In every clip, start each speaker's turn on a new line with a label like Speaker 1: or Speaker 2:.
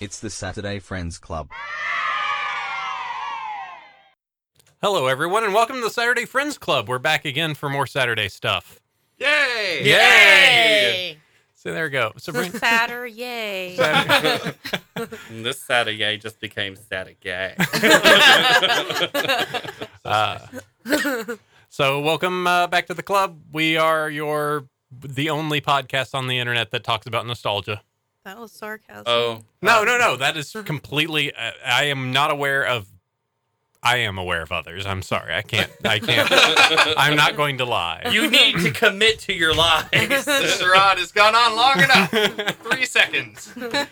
Speaker 1: It's the Saturday Friends Club.
Speaker 2: Hello, everyone, and welcome to the Saturday Friends Club. We're back again for more Saturday stuff.
Speaker 3: Yay!
Speaker 2: Yay! So there we go. Sabrina,
Speaker 4: Fatter, yay.
Speaker 2: Saturday-
Speaker 3: And this Saturday just became Saturday.
Speaker 2: uh, so welcome uh, back to the club. We are your the only podcast on the internet that talks about nostalgia.
Speaker 4: That was sarcasm.
Speaker 3: oh,
Speaker 2: No, no, no. That is completely. Uh, I am not aware of. I am aware of others. I'm sorry. I can't. I can't. I'm not going to lie.
Speaker 3: you need to commit to your lies.
Speaker 5: this rod has gone on long enough. Three seconds.
Speaker 4: Oh,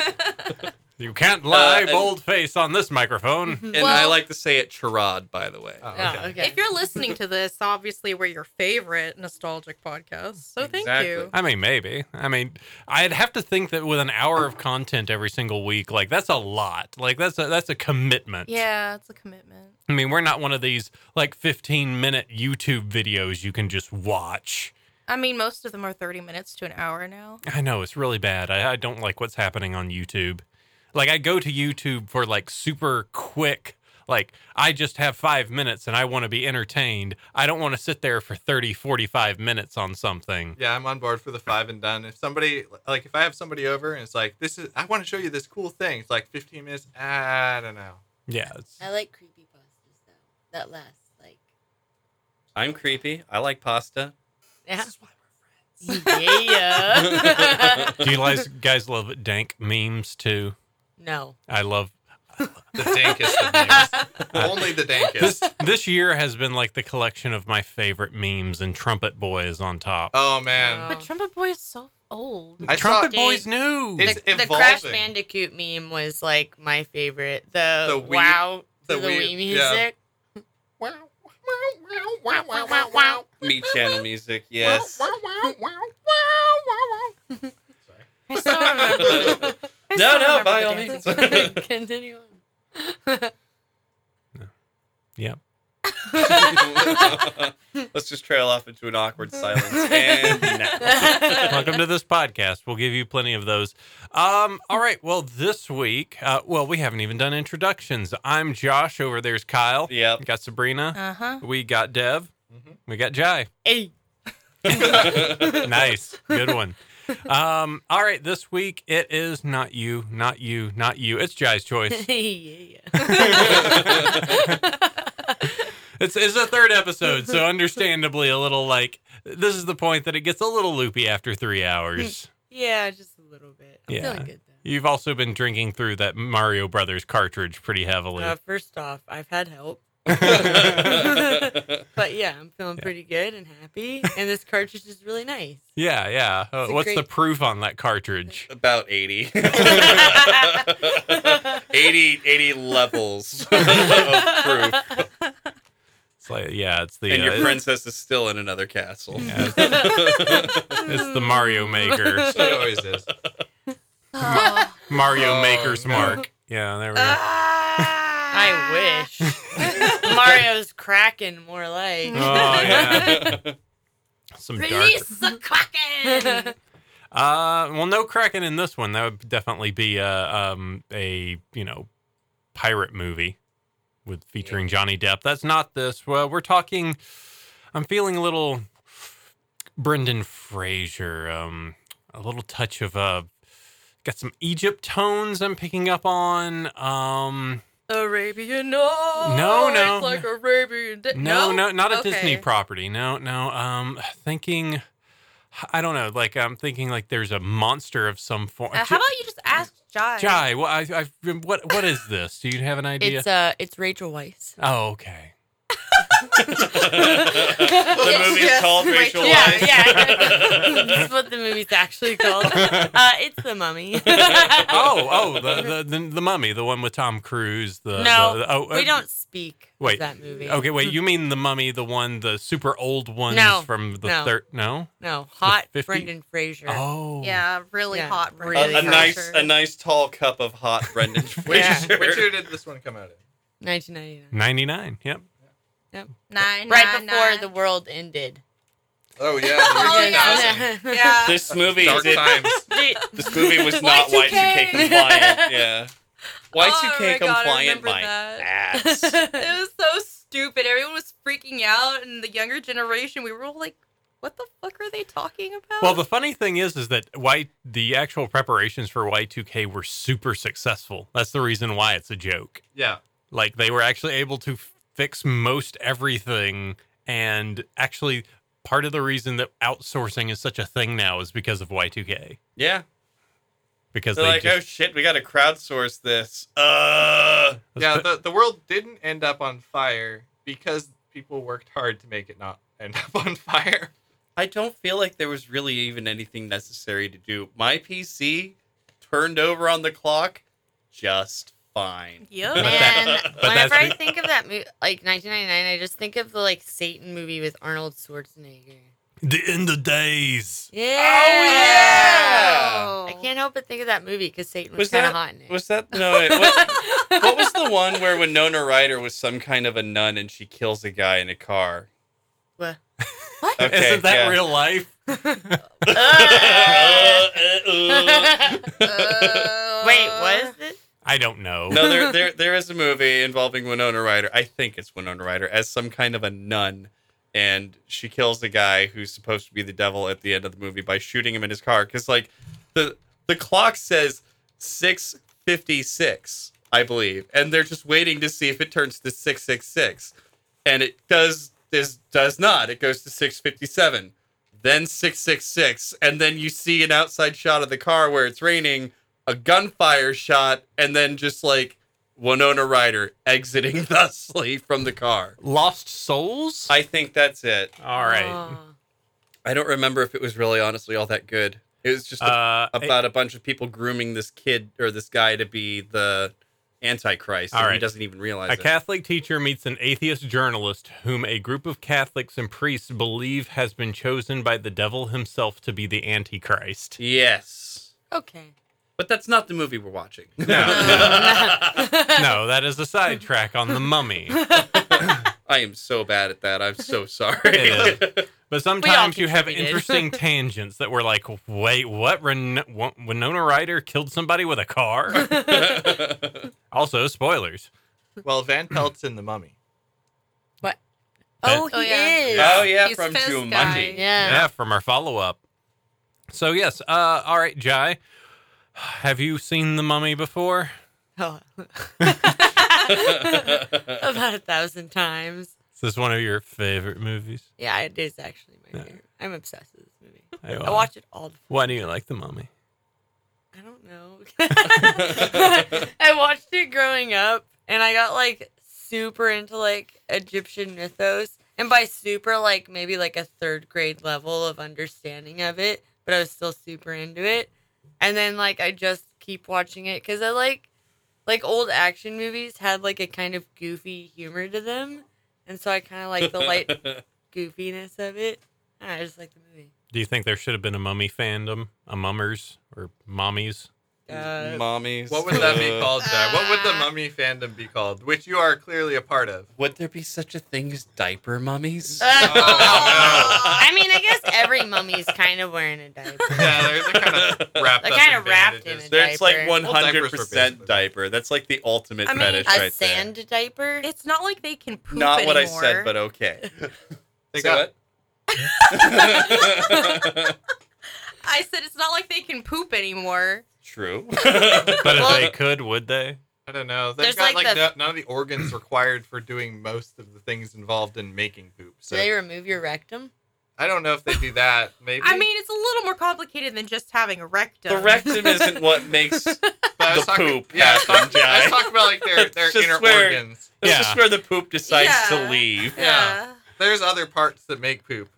Speaker 2: You can't lie
Speaker 3: Uh, and-
Speaker 2: bold face on this microphone.
Speaker 3: and I
Speaker 4: Well-
Speaker 3: like to say it charade, by the way.
Speaker 5: Oh.
Speaker 4: Yeah, If you're listening to this, obviously we're your favorite nostalgic podcast. So thank
Speaker 3: Exactly.
Speaker 4: you.
Speaker 2: I mean, maybe. I mean, I'd have to think that with an hour of content every single week, like that's a lot. Like that's a that's a commitment.
Speaker 4: Yeah, it's a commitment.
Speaker 2: I mean, we're not one of these like 15 minute YouTube videos you can just watch.
Speaker 4: I mean, most of them are 30 minutes to an hour now.
Speaker 2: I know it's really bad. I, I don't like what's happening on YouTube. Like I go to YouTube for like super quick. Like I just have 5 minutes and I want to be entertained. I don't want to sit there for 30 45 minutes on something.
Speaker 5: Yeah, I'm on board for the five and done. If somebody like if I have somebody over and it's like, this is I want to show you this cool thing. It's like 15 minutes. I don't know.
Speaker 2: Yeah. it's-
Speaker 6: I like creepy pastas though. That lasts like
Speaker 3: I'm creepy. I like pasta.
Speaker 6: yeah.
Speaker 3: is why
Speaker 6: yeah.
Speaker 2: Do you guys, guys love dank memes too?
Speaker 6: no.
Speaker 2: I love
Speaker 5: The dankest of memes. Only the
Speaker 2: this.
Speaker 5: dankest.
Speaker 2: This year has been like the collection of my favorite memes, and Trumpet Boy is on top.
Speaker 5: Oh
Speaker 3: Um,
Speaker 5: man.
Speaker 4: But Trumpet Boy is so old.
Speaker 5: I saw
Speaker 2: Trumpet Boy's new.
Speaker 5: It's
Speaker 6: the, the Crash
Speaker 5: evolving.
Speaker 6: Bandicoot meme was like my favorite. The,
Speaker 5: The Wii-
Speaker 6: wow,
Speaker 5: the
Speaker 6: the, the
Speaker 5: Wii-
Speaker 6: Wii,
Speaker 5: yeah.
Speaker 6: music.
Speaker 5: wow, wow, wow, wow, wow, wow.
Speaker 3: Me channel music, yes.
Speaker 5: Wow, wow, wow, wow.
Speaker 4: I still remember.
Speaker 3: No,
Speaker 4: I still
Speaker 3: no,
Speaker 4: remember
Speaker 3: by
Speaker 4: the
Speaker 3: all
Speaker 4: dances.
Speaker 3: means.
Speaker 6: Continue on.
Speaker 2: Yep.
Speaker 3: Let's just trail off into an awkward silence. And no.
Speaker 2: Welcome to this podcast. We'll give you plenty of those. Um, all right. Well, this week, uh, well, we haven't even done introductions. I'm Josh. Over there's Kyle.
Speaker 3: Yep.
Speaker 2: We got Sabrina.
Speaker 4: Uh-huh.
Speaker 2: We got Dev.
Speaker 5: Mhm.
Speaker 2: We got Jai.
Speaker 6: Hey,
Speaker 2: nice. Good one. Um, all right. This week, it is not you, not you, not you. It's Jai's choice.
Speaker 6: yeah,
Speaker 4: Uh-huh.
Speaker 2: It's, it's the third episode, so understandably a little like this is the point that it gets a little loopy after three hours.
Speaker 6: yeah, just a little bit. I'm
Speaker 2: Yeah.
Speaker 6: feeling good though.
Speaker 2: You've also been drinking through that Mario Brothers cartridge pretty heavily.
Speaker 6: Uh, first off, I've had help,
Speaker 3: That's
Speaker 6: but yeah, I'm feeling pretty good and happy. And this cartridge is really nice.
Speaker 2: yeah, yeah. Uh,
Speaker 6: it's a
Speaker 2: what's the
Speaker 6: great-
Speaker 2: proof on that cartridge?
Speaker 3: About 80. 80, 80 levels of proof.
Speaker 2: It's like yeah, it's the
Speaker 3: And
Speaker 2: uh,
Speaker 3: your princess is still in another castle.
Speaker 2: Yeah, it's the Mario Maker,
Speaker 5: She always is.
Speaker 4: Oh.
Speaker 2: Mario
Speaker 5: Oh,
Speaker 2: Maker's
Speaker 5: no.
Speaker 2: mark. Yeah, there we go.
Speaker 6: Ah. I
Speaker 7: Ah.
Speaker 6: wish Mario's cracking more like.
Speaker 2: Oh yeah, some dark.
Speaker 6: the Kraken!
Speaker 2: Uh, well, no Kraken in this one. That would definitely be a um a you know pirate movie with featuring Johnny Depp. That's not this. Well, we're talking. I'm feeling a little Brendan Fraser. Um, a little touch of uh, got some Egypt tones. I'm picking up on. Um,
Speaker 4: Arabian Nights.
Speaker 2: No, no.
Speaker 4: Like Arabian Di-
Speaker 2: no, no, not a
Speaker 4: Okay.
Speaker 2: Disney property. No, no. Um, thinking. I don't know. Like I'm thinking, like there's a monster of some form.
Speaker 4: Uh, how about you just ask Jai?
Speaker 2: Jai, well, I, I've been, what what is this? Do you have an idea?
Speaker 6: It's uh, it's Rachel Weisz.
Speaker 2: oh, okay.
Speaker 3: the
Speaker 4: It's
Speaker 3: movie's
Speaker 4: just
Speaker 3: called Rachel
Speaker 4: Rachel
Speaker 3: Weisz.
Speaker 4: Weisz.
Speaker 6: yeah. That's what the movie's actually called. Uh, it's the Mummy.
Speaker 2: Oh, oh, the, the the the mummy, the one with Tom Cruise. The
Speaker 6: No,
Speaker 2: the- oh,
Speaker 6: we
Speaker 2: uh,
Speaker 6: don't speak.
Speaker 2: wait.
Speaker 6: of that movie.
Speaker 2: Okay, wait. You mean the mummy, the one, the super old ones
Speaker 6: No,
Speaker 2: from the
Speaker 6: no.
Speaker 2: third? No.
Speaker 6: No, hot
Speaker 2: 50?
Speaker 6: Brendan Fraser.
Speaker 2: Oh.
Speaker 4: Yeah, really
Speaker 6: Yeah,
Speaker 4: hot.
Speaker 6: really
Speaker 3: A,
Speaker 4: Really
Speaker 3: a
Speaker 6: for
Speaker 3: nice,
Speaker 4: sure.
Speaker 3: a nice tall cup of hot Brendan
Speaker 5: Which,
Speaker 6: Yeah.
Speaker 3: Fraser.
Speaker 5: which year did this one come out in?
Speaker 6: 1999.
Speaker 2: Ninety nine. Yep.
Speaker 4: nine,
Speaker 6: Right
Speaker 4: nine,
Speaker 6: before
Speaker 4: nine.
Speaker 6: the world ended.
Speaker 5: Oh yeah.
Speaker 4: Oh,
Speaker 5: the year
Speaker 4: yeah.
Speaker 5: 2000.
Speaker 4: yeah.
Speaker 3: This movie
Speaker 5: Dark
Speaker 3: did,
Speaker 5: times.
Speaker 3: This movie was not Y2K,
Speaker 6: Y2K.
Speaker 3: compliant. Yeah. Y2K
Speaker 7: my God, Oh, I
Speaker 3: compliant
Speaker 7: remember
Speaker 3: my
Speaker 7: that.
Speaker 3: ass.
Speaker 7: It was so stupid. Everyone was freaking out, and the younger generation, we were all like, "What the fuck are they talking about?"
Speaker 2: Well, the funny thing is, is that why the actual preparations for Y2K were super successful. That's the reason why it's a joke.
Speaker 5: Yeah.
Speaker 2: Like they were actually able to f- fix most everything, and actually, part of the reason that outsourcing is such a thing now is because of Y2K.
Speaker 3: yeah.
Speaker 2: Because
Speaker 3: They're
Speaker 2: they
Speaker 3: like,
Speaker 2: just,
Speaker 3: oh shit, we got to crowdsource this. Uh,
Speaker 5: Yeah, the, the world didn't end up on fire because people worked hard to make it not end up on fire.
Speaker 3: I don't feel like there was really even anything necessary to do. My PC turned over on the clock just fine.
Speaker 4: Yep.
Speaker 2: But
Speaker 6: Man,
Speaker 3: that-
Speaker 2: but
Speaker 6: whenever I
Speaker 2: that's-
Speaker 6: think of that movie, like 1999, I just think of the like Satan movie with Arnold Schwarzenegger.
Speaker 2: the end of days.
Speaker 6: Yeah.
Speaker 3: yeah!
Speaker 4: "Oh."
Speaker 6: Oh, I can't help but think of that movie because Satan
Speaker 3: Was
Speaker 6: was, kind
Speaker 3: that-
Speaker 6: of hot in it.
Speaker 3: Was that no? It, what, what was the one where Winona Ryder was some kind of a nun and she kills a guy in a car?
Speaker 6: What?
Speaker 3: Okay,
Speaker 2: Isn't that
Speaker 3: yeah.
Speaker 2: real life?
Speaker 4: Oh.
Speaker 6: Wait, what is it?
Speaker 2: I don't know.
Speaker 3: no, there, there, there is a movie involving Winona Ryder. I think it's Winona Ryder as some kind of a nun, and she kills the guy who's supposed to be the devil at the end of the movie by shooting him in his car. Because like the the clock says six fifty six, I believe, and they're just waiting to see if it turns to six six six, and it does this does not. It goes to six fifty seven. Then 666, and then you see an outside shot of the car where it's raining, a gunfire shot and then just like Winona Ryder exiting thusly from the car.
Speaker 2: Lost Souls.
Speaker 3: I think that's it.
Speaker 2: All right.
Speaker 6: Oh.
Speaker 3: I don't remember if it was really honestly all that good. It was just a-
Speaker 2: Uh,
Speaker 3: about a bunch of people grooming this kid or this guy to be the Antichrist, and
Speaker 2: All
Speaker 3: he
Speaker 2: right.
Speaker 3: doesn't even realize
Speaker 2: A
Speaker 3: it.
Speaker 2: Catholic teacher meets an atheist journalist whom a group of Catholics and priests believe has been chosen by the devil himself to be the Antichrist.
Speaker 3: Yes,
Speaker 6: Okay.
Speaker 3: but that's not the movie we're watching.
Speaker 2: no, that is a sidetrack on the mummy.
Speaker 3: I am so bad at that. I'm so sorry.
Speaker 2: It But sometimes you have
Speaker 6: contributed.
Speaker 2: interesting tangents that were like, wait, what? Ren- Won- Winona Ryder killed somebody with a car? also, spoilers.
Speaker 5: Well, Van Pelt's in the mummy.
Speaker 6: Oh, he
Speaker 4: Oh, yeah.
Speaker 6: is.
Speaker 3: oh yeah,
Speaker 7: He's
Speaker 3: from
Speaker 7: Fez
Speaker 3: Jumanji.
Speaker 7: guy.
Speaker 2: Yeah,
Speaker 6: Yeah.
Speaker 2: from our follow up. So, yes. Uh, all right, Jai. Have you seen the mummy before?
Speaker 6: Oh. About a thousand times.
Speaker 2: Is this one of your favorite movies?
Speaker 6: Yeah, it is actually my
Speaker 2: Yeah.
Speaker 6: favorite. I'm obsessed with this movie.
Speaker 2: I
Speaker 6: I watch it all the
Speaker 2: Why do you like the mummy?
Speaker 6: I don't know. I watched it growing up and I got like super into like Egyptian mythos. And by super, like maybe like a third grade level of understanding of it, but I was still super into it. And then like I just keep watching it because I like like old action movies had like a kind of goofy humor to them. And so I kind of like the light goofiness of it. And I just like the movie.
Speaker 2: Do you think there should have been a mummy fandom, a mummers or mommies?
Speaker 6: Uh,
Speaker 3: Mommies.
Speaker 5: What would that be
Speaker 3: Uh,
Speaker 5: called, Zach? What would the mummy fandom be called? Which you are clearly a part of.
Speaker 3: Would there be such a thing as diaper mummies? Oh,
Speaker 6: I mean, I guess every mummy's kind of wearing a diaper.
Speaker 5: Yeah, they're, they're kind of wrapped
Speaker 6: They're
Speaker 5: up
Speaker 6: kinda
Speaker 5: in
Speaker 6: wrapped
Speaker 5: bandages.
Speaker 6: in it.
Speaker 3: That's like
Speaker 6: Diaper.
Speaker 3: 100%
Speaker 5: Well, diapers were
Speaker 3: diaper. That's like the ultimate
Speaker 4: I mean,
Speaker 3: fetish
Speaker 6: A
Speaker 3: right
Speaker 6: sand diaper?
Speaker 4: It's not like they can
Speaker 3: there.
Speaker 4: poop
Speaker 3: Not what I
Speaker 4: anymore.
Speaker 3: said, but okay.
Speaker 5: They
Speaker 3: Say
Speaker 5: got-
Speaker 3: what?
Speaker 4: I said it's not like they can poop anymore.
Speaker 3: True.
Speaker 2: But if
Speaker 6: Well-
Speaker 2: they could, would they?
Speaker 5: I don't know. They've
Speaker 6: There's
Speaker 5: got like,
Speaker 6: like
Speaker 5: no, none of the organs required for doing most of the things involved in making poop.
Speaker 6: Do
Speaker 5: So
Speaker 6: they remove your rectum?
Speaker 5: I don't know if they do that. Maybe.
Speaker 4: I mean, it's a little more complicated than just having a rectum.
Speaker 3: the rectum isn't what makes. That's
Speaker 5: But I was
Speaker 3: the poop
Speaker 5: Yeah, I was
Speaker 3: happened,
Speaker 5: talking, I was
Speaker 3: Jai.
Speaker 5: talking about like their, their
Speaker 3: It's just
Speaker 5: inner
Speaker 3: where-
Speaker 5: organs.
Speaker 2: Yeah.
Speaker 3: just where the poop decides
Speaker 4: Yeah.
Speaker 3: to leave.
Speaker 5: Yeah. There's other parts that make poop.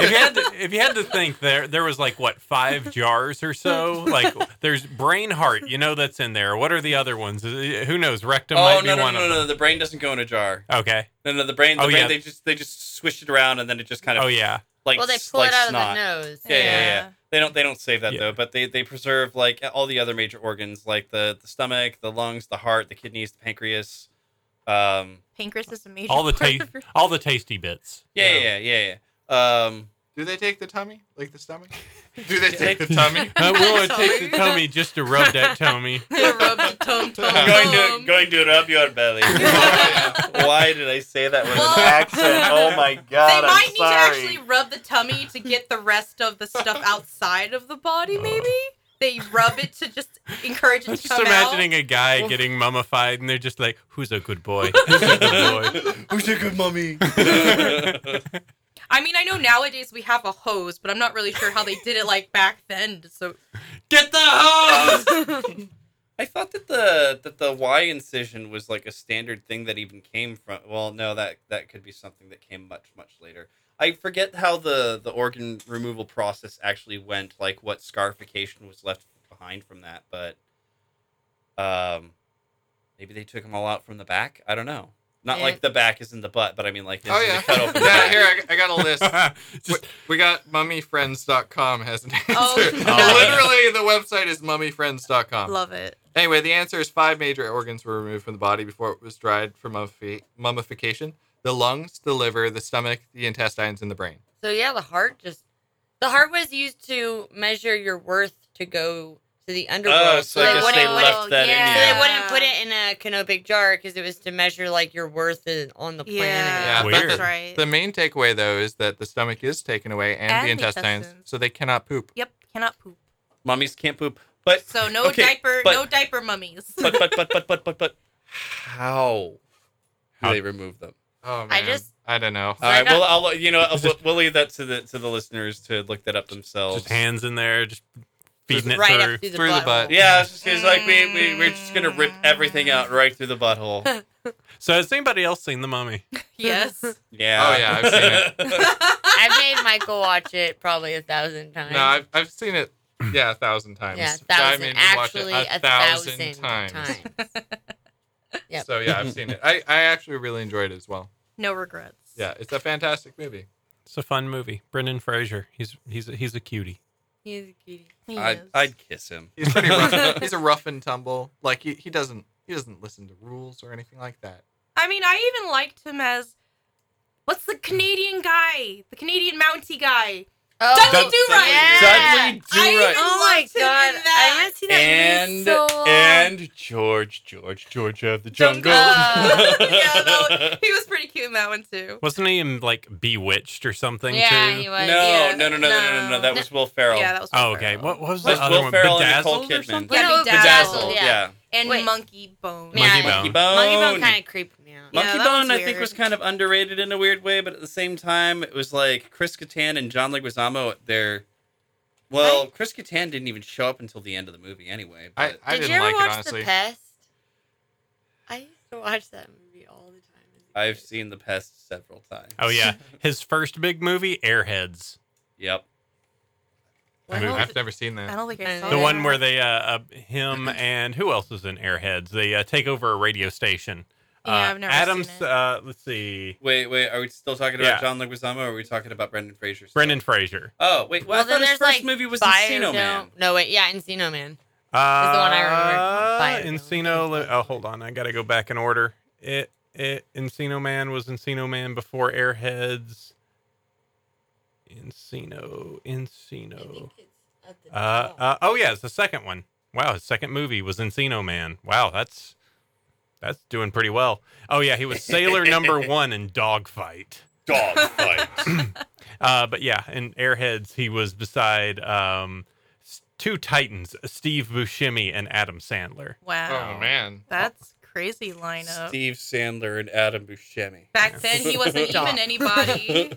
Speaker 2: If you had to, if you had to think, there there was like what five jars or so. Like there's brain heart, you know that's in there. What are the other ones? Uh, Who knows? Rectum
Speaker 3: Oh
Speaker 2: might be
Speaker 3: no no no
Speaker 2: one
Speaker 3: no,
Speaker 2: of
Speaker 3: no!
Speaker 2: them.
Speaker 3: The brain doesn't go in a jar.
Speaker 2: Okay.
Speaker 3: No no the brain. The
Speaker 2: Oh,
Speaker 3: brain
Speaker 2: yeah.
Speaker 3: they just they just swish it around and then it just kind of
Speaker 2: Oh yeah.
Speaker 3: like
Speaker 6: well, they
Speaker 3: s-
Speaker 6: pull
Speaker 3: like
Speaker 6: it out
Speaker 3: snot.
Speaker 6: of the nose.
Speaker 3: Yeah, yeah, yeah. They don't they don't save that
Speaker 2: Yeah.
Speaker 3: though, but they they preserve like all the other major organs like the the stomach, the lungs, the heart, the kidneys, the pancreas. Um
Speaker 4: Pancreas is a major
Speaker 2: All the
Speaker 4: part
Speaker 2: ta-
Speaker 4: of your-
Speaker 2: all the tasty bits.
Speaker 3: yeah, yeah, yeah, yeah. yeah. Um
Speaker 5: Do they take the tummy, like the stomach? Do they take the tummy?
Speaker 2: I will take the tummy just to rub that tummy.
Speaker 4: Rubbed tum
Speaker 3: I'm
Speaker 4: tum.
Speaker 3: going to going to rub your belly. Why did I say that with
Speaker 7: Well-
Speaker 3: an accent? Oh my god!
Speaker 7: they might
Speaker 3: I'm
Speaker 7: need
Speaker 3: sorry.
Speaker 7: to actually rub the tummy to get the rest of the stuff outside of the body. Maybe they rub it to just encourage
Speaker 2: I'm
Speaker 7: it to
Speaker 2: just
Speaker 7: come
Speaker 2: imagining a guy getting mummified, and they're just like, "Who's a good boy? Who's a good boy?"
Speaker 3: Who's a good mummy?
Speaker 7: out. I mean, I know nowadays we have a hose, but I'm not really sure how they did it like back then. So
Speaker 2: Get the hose.
Speaker 3: I thought that the that the Y incision was like a standard thing that even came from. Well, no, that that could be something that came much much later. I forget how the the organ removal process actually went, like what scarification was left behind from that, but um maybe they took them all out from the back. I don't know. Not
Speaker 6: Yeah.
Speaker 3: like the back is in the butt, but I mean like
Speaker 5: Oh
Speaker 3: they
Speaker 5: yeah.
Speaker 3: cut open the
Speaker 5: yeah
Speaker 3: back.
Speaker 5: here I, I got a list. We,
Speaker 2: Just-
Speaker 5: we got mummyfriends.com has an answer.
Speaker 7: Oh,
Speaker 5: Literally, the website is
Speaker 3: Um,
Speaker 5: mummyfriends.com.
Speaker 7: love it.
Speaker 5: Anyway, the answer is five major organs were removed from the body before it was dried for mummifi- mummification the lungs, the liver, the stomach, the intestines, and the brain.
Speaker 6: So yeah, the heart just the heart was used to measure your worth to go to the underworld.
Speaker 3: Oh, so
Speaker 6: they
Speaker 3: I
Speaker 7: like,
Speaker 3: guess
Speaker 6: wouldn't
Speaker 3: they
Speaker 6: put
Speaker 7: Oh,
Speaker 6: it-
Speaker 3: left that
Speaker 6: so
Speaker 3: in
Speaker 6: they
Speaker 3: you.
Speaker 6: wouldn't put it in a canopic jar because it was to measure like your worth in, on the planet.
Speaker 5: Yeah,
Speaker 7: Yeah,
Speaker 2: Weird.
Speaker 7: that's right.
Speaker 5: The main takeaway, though, is that the stomach is taken away and,
Speaker 7: And
Speaker 5: the
Speaker 7: the
Speaker 5: intestines,
Speaker 7: intestines.
Speaker 5: so they cannot poop.
Speaker 7: Yep, cannot poop.
Speaker 3: Mummies can't poop. But
Speaker 7: So no
Speaker 3: Okay,
Speaker 7: diaper,
Speaker 3: but-
Speaker 7: no diaper mummies.
Speaker 3: but but but but but but but how do
Speaker 2: How-
Speaker 3: they remove them?
Speaker 5: Oh, man.
Speaker 6: I just-
Speaker 5: I don't know.
Speaker 3: All right.
Speaker 6: Like,
Speaker 3: Well, I'll you know I'll, we'll- we'll leave that to the to the listeners to look that up themselves.
Speaker 2: just hands in there, just feeding it
Speaker 6: right
Speaker 2: through.
Speaker 6: up through the,
Speaker 5: Through the
Speaker 6: butthole.
Speaker 5: butt.
Speaker 3: yeah, it's just it's like we we we are just gonna rip everything out right through the butthole.
Speaker 2: So has anybody else seen the mummy?
Speaker 7: yes.
Speaker 3: Yeah.
Speaker 5: Oh, yeah, I've seen
Speaker 3: it.
Speaker 6: I've made Michael watch it probably a thousand times.
Speaker 5: Uh, No, I've, I've seen it, yeah, a thousand times.
Speaker 6: yeah, a
Speaker 5: I
Speaker 6: thousand.
Speaker 5: made me watch it
Speaker 6: Actually, a, thousand, times. Yep.
Speaker 5: So, yeah, I've seen it. I, I actually really enjoyed it as well.
Speaker 7: No regrets.
Speaker 5: Yeah, it's a fantastic movie.
Speaker 2: It's a fun movie. Brendan Fraser. He's he's a, he's a cutie.
Speaker 6: He's a cutie.
Speaker 7: He
Speaker 3: I'd,
Speaker 7: is.
Speaker 3: I'd kiss him.
Speaker 5: He's pretty rough. He's a rough and tumble. Like he, he doesn't he doesn't listen to rules or anything like that.
Speaker 7: I mean, I even liked him as what's the Canadian guy, the Canadian Mountie guy.
Speaker 6: Oh,
Speaker 7: Dudley Do Right.
Speaker 6: Yeah.
Speaker 3: Dudley Do
Speaker 7: I
Speaker 3: Right.
Speaker 7: even-
Speaker 6: Oh my
Speaker 7: Locked him in
Speaker 6: god!
Speaker 7: that.
Speaker 6: I haven't seen that movie
Speaker 3: And
Speaker 6: so long.
Speaker 3: and George George George of the jungle.
Speaker 7: Uh, yeah, that, he was pretty cute in that one too.
Speaker 2: Wasn't he in like Bewitched or something
Speaker 6: yeah,
Speaker 2: too?
Speaker 6: he
Speaker 3: no,
Speaker 6: was.
Speaker 3: no,
Speaker 6: yeah.
Speaker 3: no, no, no, no, no, no. That was Will Ferrell.
Speaker 7: Yeah, that was.
Speaker 2: Oh,
Speaker 7: Will
Speaker 2: okay.
Speaker 7: Ferrell.
Speaker 2: What, what was the
Speaker 3: That's
Speaker 2: other
Speaker 3: Will
Speaker 2: one?
Speaker 3: Ferrell and Nicole
Speaker 2: Bedazzled or
Speaker 3: Kidman.
Speaker 2: something?
Speaker 7: Yeah,
Speaker 6: No,
Speaker 7: Bedazzled,
Speaker 6: Bedazzled,
Speaker 3: Yeah.
Speaker 6: yeah.
Speaker 7: And
Speaker 6: Wait.
Speaker 7: Monkey Bone.
Speaker 6: Man,
Speaker 2: Monkey
Speaker 6: Yeah.
Speaker 2: Bone.
Speaker 3: Monkey Bone.
Speaker 6: Monkey Bone kind of creeped me out.
Speaker 7: Yeah,
Speaker 3: Monkey
Speaker 7: that
Speaker 3: Bone,
Speaker 7: one's
Speaker 3: I think, was
Speaker 7: weird.
Speaker 3: kind of underrated in a weird way, but at the same time, it was like Chris Kattan and John Leguizamo. They're well, Chris Kattan didn't even show up until the end of the movie, anyway.
Speaker 5: I,
Speaker 3: But
Speaker 5: I
Speaker 6: Did
Speaker 5: didn't
Speaker 6: you ever
Speaker 5: like
Speaker 6: watch
Speaker 5: it honestly.
Speaker 6: The Pest? I used to watch that movie all the time. as a
Speaker 3: I, have
Speaker 6: kid.
Speaker 3: seen The Pest several times.
Speaker 2: Oh yeah, his first big movie, Airheads,
Speaker 3: Yep.
Speaker 6: What
Speaker 2: movie.
Speaker 6: else?
Speaker 5: I've never seen
Speaker 7: I
Speaker 5: that.
Speaker 7: don't think I
Speaker 6: And
Speaker 7: saw
Speaker 2: the
Speaker 7: that.
Speaker 2: one where they uh, uh him and who else is in Airheads? They uh, take over a radio station.
Speaker 7: Yeah,
Speaker 2: uh,
Speaker 7: I've never
Speaker 2: Adams.
Speaker 7: seen it.
Speaker 2: Uh, let's see,
Speaker 3: Wait, wait. Are we still talking about
Speaker 2: Yeah.
Speaker 3: John Leguizamo, or are we talking about Brendan Fraser? still?
Speaker 2: Brendan Fraser.
Speaker 3: Oh wait. Well, I
Speaker 6: Well, then
Speaker 3: thought his
Speaker 6: there's
Speaker 3: first
Speaker 6: like
Speaker 3: movie was
Speaker 6: Biodome-
Speaker 3: Encino Man.
Speaker 6: No, wait, yeah, Encino Man.
Speaker 2: Uh,
Speaker 6: one I remember.
Speaker 2: Encino. li- Oh, hold on. I got to go back in order. It, it, Encino Man was Encino Man before Airheads. Encino, Encino. Oh. Uh, uh, oh yeah, it's the second one. Wow, his second movie was Encino Man. Wow, that's that's doing pretty well. Oh yeah, he was Sailor Number One in Dogfight.
Speaker 3: Dog fight.
Speaker 2: Uh, but yeah, in Airheads, he was beside um, s- two titans, Steve Buscemi and Adam Sandler.
Speaker 7: Wow.
Speaker 5: Oh man.
Speaker 7: That's crazy lineup.
Speaker 3: Steve Sandler and Adam Buscemi.
Speaker 7: Back then, he wasn't
Speaker 3: Stop.
Speaker 7: even anybody.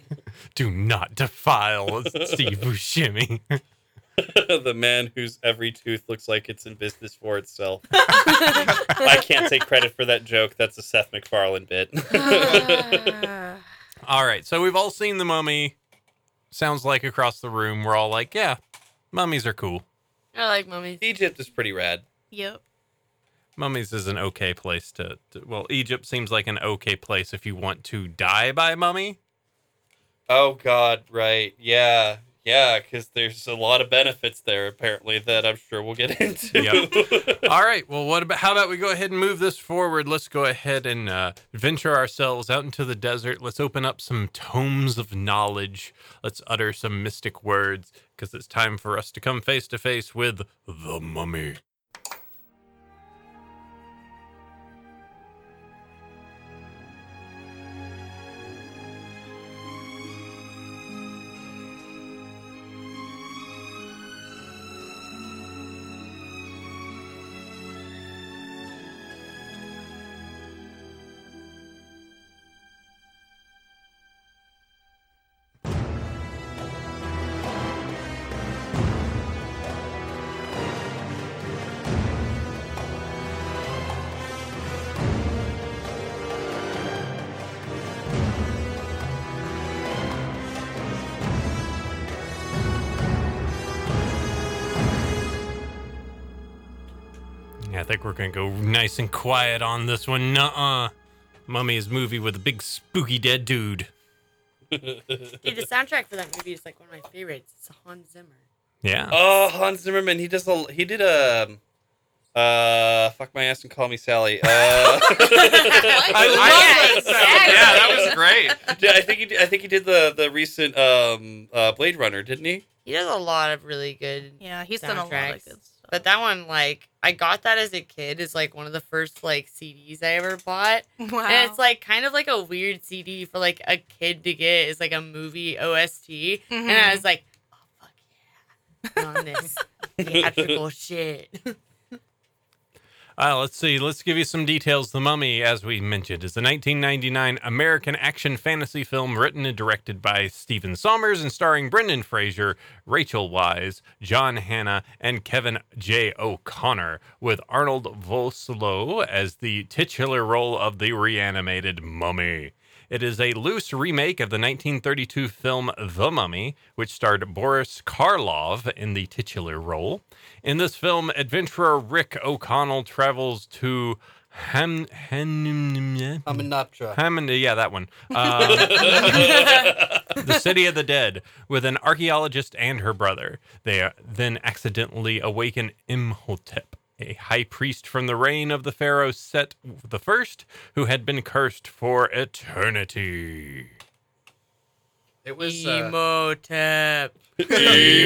Speaker 2: Do not defile Steve Buscemi.
Speaker 3: the man whose every tooth looks like it's in business for itself. I can't take credit for that joke. That's a Seth MacFarlane bit.
Speaker 7: Ah.
Speaker 2: all right, so we've all seen the mummy. Sounds like across the room, we're all like, yeah, mummies are cool.
Speaker 6: I like mummies.
Speaker 3: Egypt is pretty rad.
Speaker 7: yep.
Speaker 2: Mummies is an okay place to, to. Well, Egypt seems like an okay place if you want to die by mummy.
Speaker 3: Oh God, right? Yeah, Yeah, because there's a lot of benefits there apparently that I'm sure we'll get into.
Speaker 2: All right. Well, what about how about we go ahead and move this forward? Let's go ahead and uh, venture ourselves out into the desert. Let's open up some tomes of knowledge. Let's utter some mystic words because it's time for us to come face to face with the mummy. Yeah, I think we're gonna go nice and quiet on this one. Nuh-uh. Mummy's movie with a big spooky dead dude.
Speaker 6: Dude, the soundtrack for that movie is like one of my favorites. It's Hans Zimmer.
Speaker 2: Yeah.
Speaker 3: oh, Hans Zimmerman, he does a he did a um, uh fuck my ass and call me Sally. Uh,
Speaker 5: I love that sound. Yeah, that was great.
Speaker 3: yeah, I think he did, I think he did the the recent um uh Blade Runner, didn't he?
Speaker 6: He does a lot of really good.
Speaker 4: Yeah, he's done a lot of
Speaker 6: Soundtracks.
Speaker 4: good stuff.
Speaker 6: But that one, like, I got that as a kid. Is like one of the first like CDs I ever bought.
Speaker 4: wow.
Speaker 6: And it's like kind of like a weird CD for like a kid to get is like a movie OST.
Speaker 7: Mm-hmm.
Speaker 6: And
Speaker 4: Mm-hmm.
Speaker 6: I was like, oh fuck yeah, I'm on this theatrical shit.
Speaker 2: Uh, let's see. Let's give you some details. The Mummy, as we mentioned, is a 1999 American action fantasy film written and directed by Stephen Sommers and starring Brendan Fraser, Rachel Wise, John Hanna, and Kevin J. O'Connor, with Arnold Vosloo as the titular role of the reanimated mummy. It is a loose remake of the 1932 film The Mummy, which starred Boris Karloff in the titular role. In this film, adventurer Rick O'Connell travels to Ham, Ham,
Speaker 5: I'm a noptra.
Speaker 2: Hammond, yeah, that one. Um, the City of the Dead with an archaeologist and her brother. They uh, then accidentally awaken Imhotep, a high priest from the reign of the pharaoh Set the First, who had been cursed for eternity.
Speaker 5: It was uh,
Speaker 6: Emotep.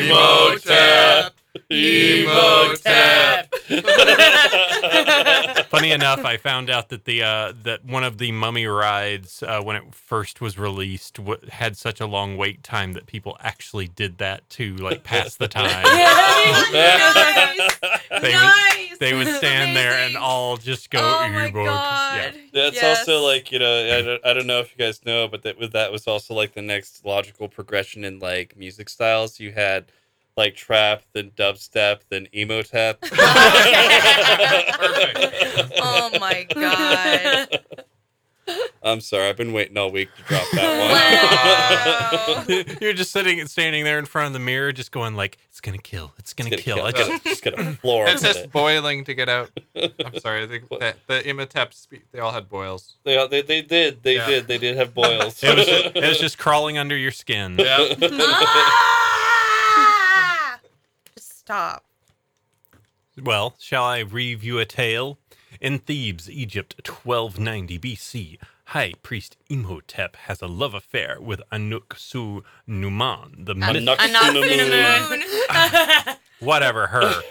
Speaker 5: Emotep. Emotep.
Speaker 2: Funny enough, I found out that the uh, that one of the mummy rides uh, when it first was released w- had such a long wait time that people actually did that to like pass the time.
Speaker 7: nice.
Speaker 2: They
Speaker 7: nice.
Speaker 2: would, they would stand there and
Speaker 7: Amazing.
Speaker 2: all just go.
Speaker 7: Oh my
Speaker 2: "Ebot." Yeah.
Speaker 7: god.
Speaker 3: That's
Speaker 7: Yes.
Speaker 3: also like you know I don't, I don't know if you guys know, but that that was also like the next logical progression in like music styles. You had like trap, then dubstep, then emotep.
Speaker 7: Oh my god.
Speaker 3: I'm sorry, I've been waiting all week to drop that one.
Speaker 7: Wow.
Speaker 2: You're just sitting and standing there in front of the mirror, just going like, "It's gonna kill. It's gonna,
Speaker 3: Just
Speaker 2: kill.
Speaker 3: gonna
Speaker 2: I
Speaker 3: kill.
Speaker 2: just
Speaker 3: Just- just gonna floor
Speaker 5: It's
Speaker 3: with
Speaker 5: just
Speaker 3: it.
Speaker 5: boiling to get out. I'm sorry. I think that the Imhotep spe- they all had boils.
Speaker 3: They, all- they, they did. They
Speaker 5: Yeah.
Speaker 3: did. They did have boils.
Speaker 2: it was, just, it was just crawling under your skin."
Speaker 5: Yeah.
Speaker 7: Ah!
Speaker 4: Just stop.
Speaker 2: Well, shall I review a tale? In Thebes, Egypt, 1290 BC, High Priest Imhotep has a love affair with Anuksu Numan, the myth-
Speaker 3: Anuxunamun.
Speaker 2: whatever her.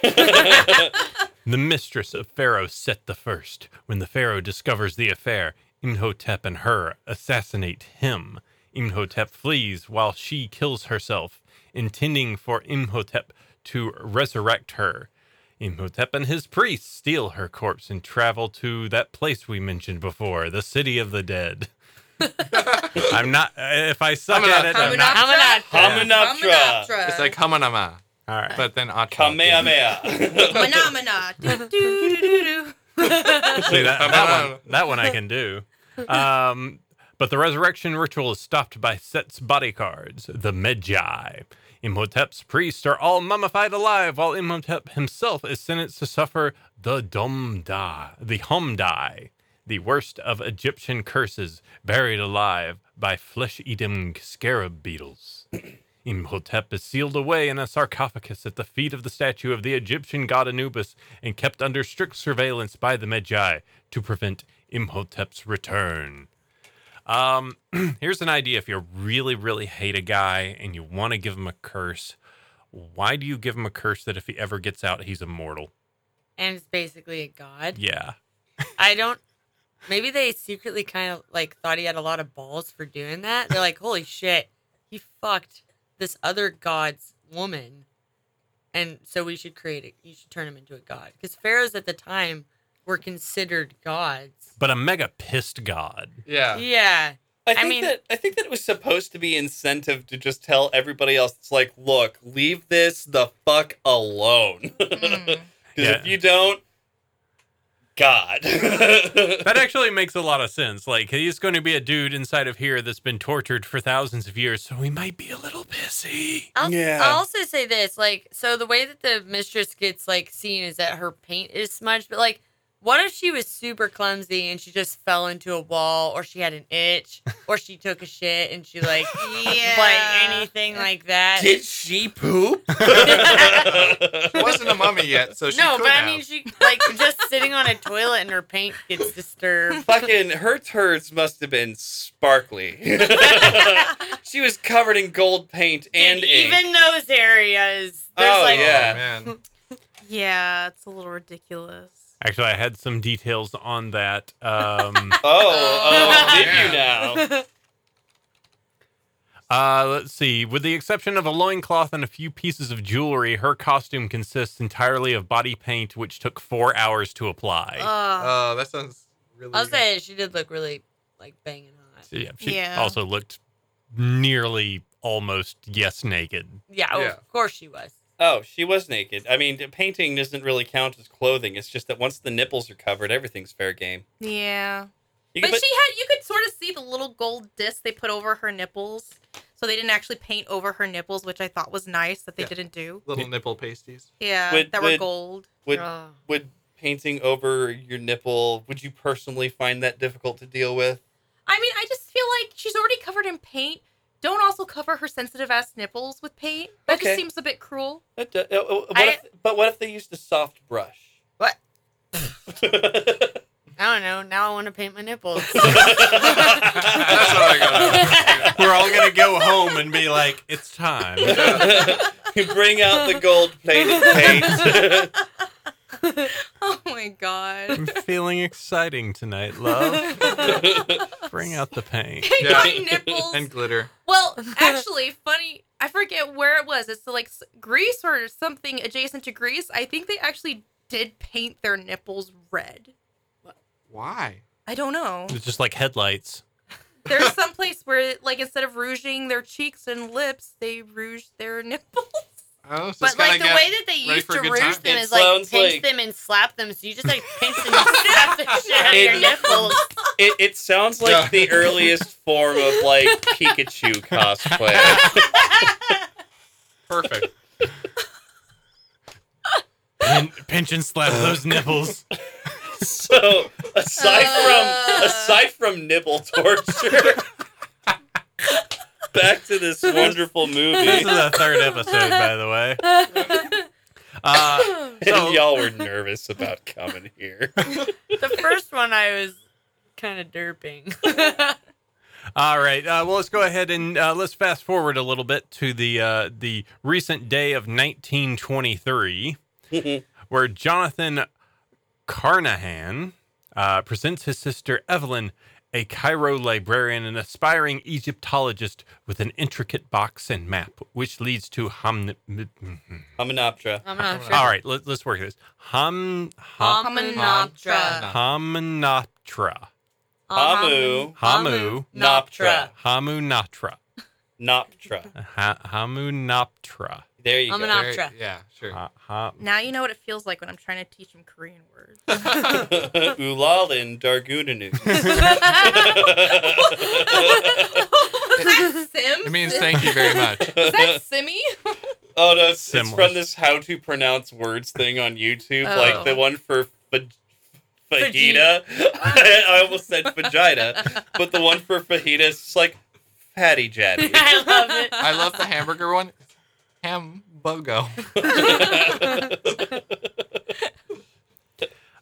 Speaker 2: the mistress of Pharaoh Set the First. When the Pharaoh discovers the affair, Imhotep and her assassinate him. Imhotep flees while she kills herself, intending for Imhotep to resurrect her. Imhotep and his priests steal her corpse and travel to that place we mentioned before, the city of the dead. I'm not. If I suck at it, I'm not.
Speaker 6: Hamanatra.
Speaker 3: Hamunaptra.
Speaker 7: Hamunaptra.
Speaker 5: It's like Hamanama,
Speaker 2: All right.
Speaker 5: but then Atra.
Speaker 3: Kamehameha.
Speaker 7: Phenomena. Do, do, do, do, do.
Speaker 2: See that, that one? That one I can do. Um, but the resurrection ritual is stopped by Set's bodyguards, the Medjai. Imhotep's priests are all mummified alive, while Imhotep himself is sentenced to suffer the Dumda, the Humdai, the worst of Egyptian curses, buried alive by flesh-eating scarab beetles. Imhotep is sealed away in a sarcophagus at the feet of the statue of the Egyptian god Anubis and kept under strict surveillance by the Magi to prevent Imhotep's return. Um, here's an idea if you really, really hate a guy and you want to give him a curse, why do you give him a curse that if he ever gets out, he's immortal?
Speaker 6: and it's basically a god.
Speaker 2: Yeah.
Speaker 6: I don't. Maybe they secretly kind of like thought he had a lot of balls for doing that. They're like, holy shit, he fucked this other god's woman, and so we should create it. You should turn him into a god because pharaohs at the time were considered gods.
Speaker 2: But a mega pissed god.
Speaker 5: Yeah.
Speaker 6: Yeah,
Speaker 3: I think
Speaker 6: mean-
Speaker 3: that I think that it was supposed to be incentive to just tell everybody else. It's like, look, leave this the fuck alone. Because
Speaker 2: Yeah.
Speaker 3: if you don't, God.
Speaker 2: That actually makes a lot of sense. Like, he's going to be a dude inside of here that's been tortured for thousands of years, so he might be a little pissy.
Speaker 6: I'll,
Speaker 3: Yeah.
Speaker 6: I'll also say this, like, so the way that the mistress gets like seen is that her paint is smudged, but like, what if she was super clumsy and she just fell into a wall, or she had an itch, or she took a shit and she like, like anything like that?
Speaker 3: Did she poop?
Speaker 5: Wasn't a mummy yet, so she
Speaker 6: no,
Speaker 5: could
Speaker 6: but
Speaker 5: have.
Speaker 6: I mean, she like just sitting on a toilet and her paint gets disturbed.
Speaker 3: Fucking her turds must have been sparkly. she was covered in gold paint and
Speaker 6: Dude,
Speaker 3: ink.
Speaker 6: E, even those areas, there's
Speaker 3: Oh,
Speaker 6: like,
Speaker 3: yeah.
Speaker 5: man.
Speaker 4: Yeah, it's a little ridiculous.
Speaker 2: Actually, I had some details on that. Um,
Speaker 3: Oh, oh, did you now?
Speaker 2: Uh, let's see. With the exception of a loincloth and a few pieces of jewelry, her costume consists entirely of body paint, which took four hours to apply.
Speaker 4: Uh,
Speaker 5: Oh, that sounds really.
Speaker 6: I'll say she did look really like banging hot.
Speaker 2: So, yeah, she
Speaker 4: yeah.
Speaker 2: also looked nearly almost yes naked.
Speaker 6: Yeah, oh,
Speaker 5: Yeah.
Speaker 6: of course she was.
Speaker 3: Oh, she was naked. I mean, painting doesn't really count as clothing. It's just that once the nipples are covered, everything's fair game.
Speaker 4: yeah.
Speaker 3: You
Speaker 4: But
Speaker 3: can put-
Speaker 4: she had, you could sort of see the little gold disc they put over her nipples. So they didn't actually paint over her nipples, which I thought was nice that they
Speaker 5: Yeah.
Speaker 4: didn't do.
Speaker 5: little nipple pasties.
Speaker 4: Yeah,
Speaker 3: Would-
Speaker 4: that were
Speaker 3: would-
Speaker 4: gold.
Speaker 3: would
Speaker 6: Ugh.
Speaker 3: would painting over your nipple? Would you personally find that difficult to deal with?
Speaker 4: I mean, I just feel like she's already covered in paint. Don't also cover her sensitive ass nipples with paint. That
Speaker 3: Okay.
Speaker 4: just seems a bit cruel.
Speaker 3: That do- uh, uh, what
Speaker 6: I-
Speaker 3: if, but what if they used a soft brush?
Speaker 6: What?
Speaker 3: That's
Speaker 6: I don't know. Now I want to paint my nipples.
Speaker 5: That's all I got.
Speaker 2: We're all gonna go home and be like, "It's time."
Speaker 3: you bring out the gold plated paint.
Speaker 4: Oh my god.
Speaker 2: I'm feeling exciting tonight, love. Bring out the paint.
Speaker 5: Yeah.
Speaker 4: my nipples.
Speaker 5: and glitter.
Speaker 4: well, actually, funny. I forget where it was. It's like s- Greece or something adjacent to Greece. I think they actually did paint their nipples red.
Speaker 5: Why?
Speaker 4: I don't know.
Speaker 2: It's just like headlights.
Speaker 4: There's some place where, like, instead of rouging their cheeks and lips, they rouged their nipples.
Speaker 5: Oh, so
Speaker 6: but like the way that they
Speaker 5: ready
Speaker 6: used
Speaker 5: for
Speaker 6: to
Speaker 5: a good
Speaker 6: rouge
Speaker 5: time.
Speaker 6: them
Speaker 3: It
Speaker 6: is like
Speaker 3: sounds
Speaker 6: pinch
Speaker 3: like-
Speaker 6: them and slap them. So you just like pinch them and slap the shit out of
Speaker 3: It-
Speaker 6: your nipples.
Speaker 3: It, it sounds like
Speaker 5: Yeah.
Speaker 3: the earliest form of like Pikachu cosplay.
Speaker 5: perfect.
Speaker 2: Pin- pinch and slap those nipples.
Speaker 3: So aside
Speaker 4: Uh.
Speaker 3: from aside from nipple torture, back to this wonderful
Speaker 2: This is
Speaker 3: movie.
Speaker 2: the third episode, by the way. Uh,
Speaker 3: And y'all were nervous about coming here.
Speaker 6: the first one I was kind of derping.
Speaker 2: All right. Uh, well, let's go ahead and uh, let's fast forward a little bit to the uh, the recent day of 1923, where Jonathan Carnahan uh, presents his sister Evelyn, a Cairo librarian and aspiring Egyptologist, with an intricate box and map, which leads to Ham.
Speaker 3: Hominoptera.
Speaker 4: Uh,
Speaker 6: I'm not sure.
Speaker 2: All right. Let, let's work this. Ham. Ham.
Speaker 6: Hominoptera.
Speaker 2: Hamunaptra.
Speaker 3: Hamu.
Speaker 2: Hamu.
Speaker 3: Noptra.
Speaker 2: Hamunatra.
Speaker 3: Noptra.
Speaker 2: Ha- Hamunaptra.
Speaker 3: There you go.
Speaker 5: Very-
Speaker 6: Hominoptera.
Speaker 5: yeah, sure.
Speaker 2: Ha- ha-
Speaker 4: Now you know what it feels like when I'm trying to teach him Korean words.
Speaker 3: Ulalin Dargunanu.
Speaker 4: Was that Sim?
Speaker 5: it means thank you very much.
Speaker 4: Is that Simmy?
Speaker 3: oh no, it's, it's
Speaker 2: Similar.
Speaker 3: from this how to pronounce words thing on YouTube,
Speaker 4: Oh.
Speaker 3: like the one for fa- fajita. I almost said vagina, but the one for fajita is just like Patty Jatty.
Speaker 6: I love it.
Speaker 5: I love the hamburger one. Hambogo.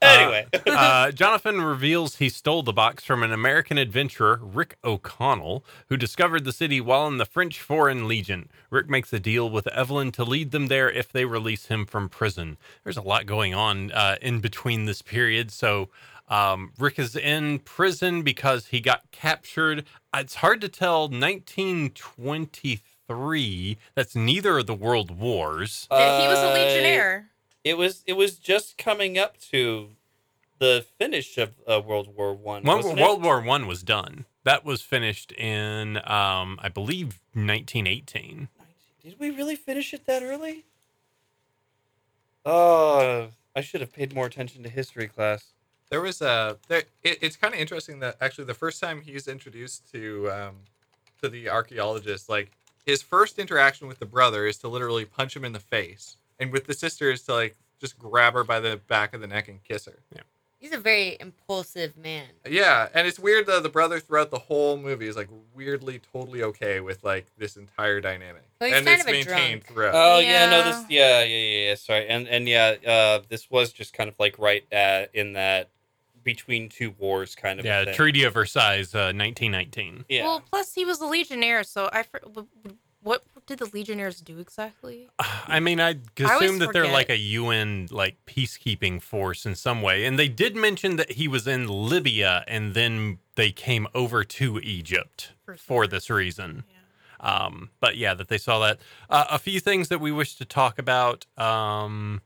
Speaker 3: anyway,
Speaker 2: uh, Jonathan reveals he stole the box from an American adventurer, Rick O'Connell, who discovered the city while in the French Foreign Legion. Rick makes a deal with Evelyn to lead them there if they release him from prison. There's a lot going on uh, in between this period. So um, Rick is in prison because he got captured. It's hard to tell. 1923. That's neither of the world wars.
Speaker 4: Yeah, he was a
Speaker 3: Uh,
Speaker 4: legionnaire.
Speaker 3: it was it was just coming up to the finish of uh, World War One.
Speaker 2: One,
Speaker 3: wasn't it?
Speaker 2: World War One was done. That was finished in, um, I believe, 1918.
Speaker 3: Did we really finish it that early? Oh, I should have paid more attention to history class.
Speaker 5: There was a. There, it, it's kind of interesting that actually the first time he's introduced to um, to the archaeologist, like his first interaction with the brother is to literally punch him in the face, and with the sister is to like just grab her by the back of the neck and kiss her.
Speaker 6: He's a very impulsive man.
Speaker 5: Yeah, and it's weird though. The brother throughout the whole movie is like weirdly totally okay with like this entire dynamic,
Speaker 6: Well, he's
Speaker 5: and
Speaker 6: kind
Speaker 5: it's
Speaker 6: of a drunk.
Speaker 5: maintained throughout.
Speaker 3: Oh yeah. no,
Speaker 4: Yeah.
Speaker 3: this yeah, yeah, yeah, yeah. Sorry, and and yeah, uh, this was just kind of like right at, in that between two wars kind of a
Speaker 2: Yeah,
Speaker 3: thing.
Speaker 2: Treaty of Versailles, uh, 1919.
Speaker 3: Yeah,
Speaker 4: Well, plus he was a legionnaire, so I. fr- w- w- What did the legionnaires do exactly?
Speaker 2: I mean, I
Speaker 4: I always
Speaker 2: assume that they're
Speaker 4: forget.
Speaker 2: like a UN like peacekeeping force in some way. And they did mention that he was in Libya, and then they came over to Egypt
Speaker 4: For
Speaker 2: for
Speaker 4: sure.
Speaker 2: this reason. Um, but yeah, that they saw that. Uh, a few things that we wish to talk about. Um,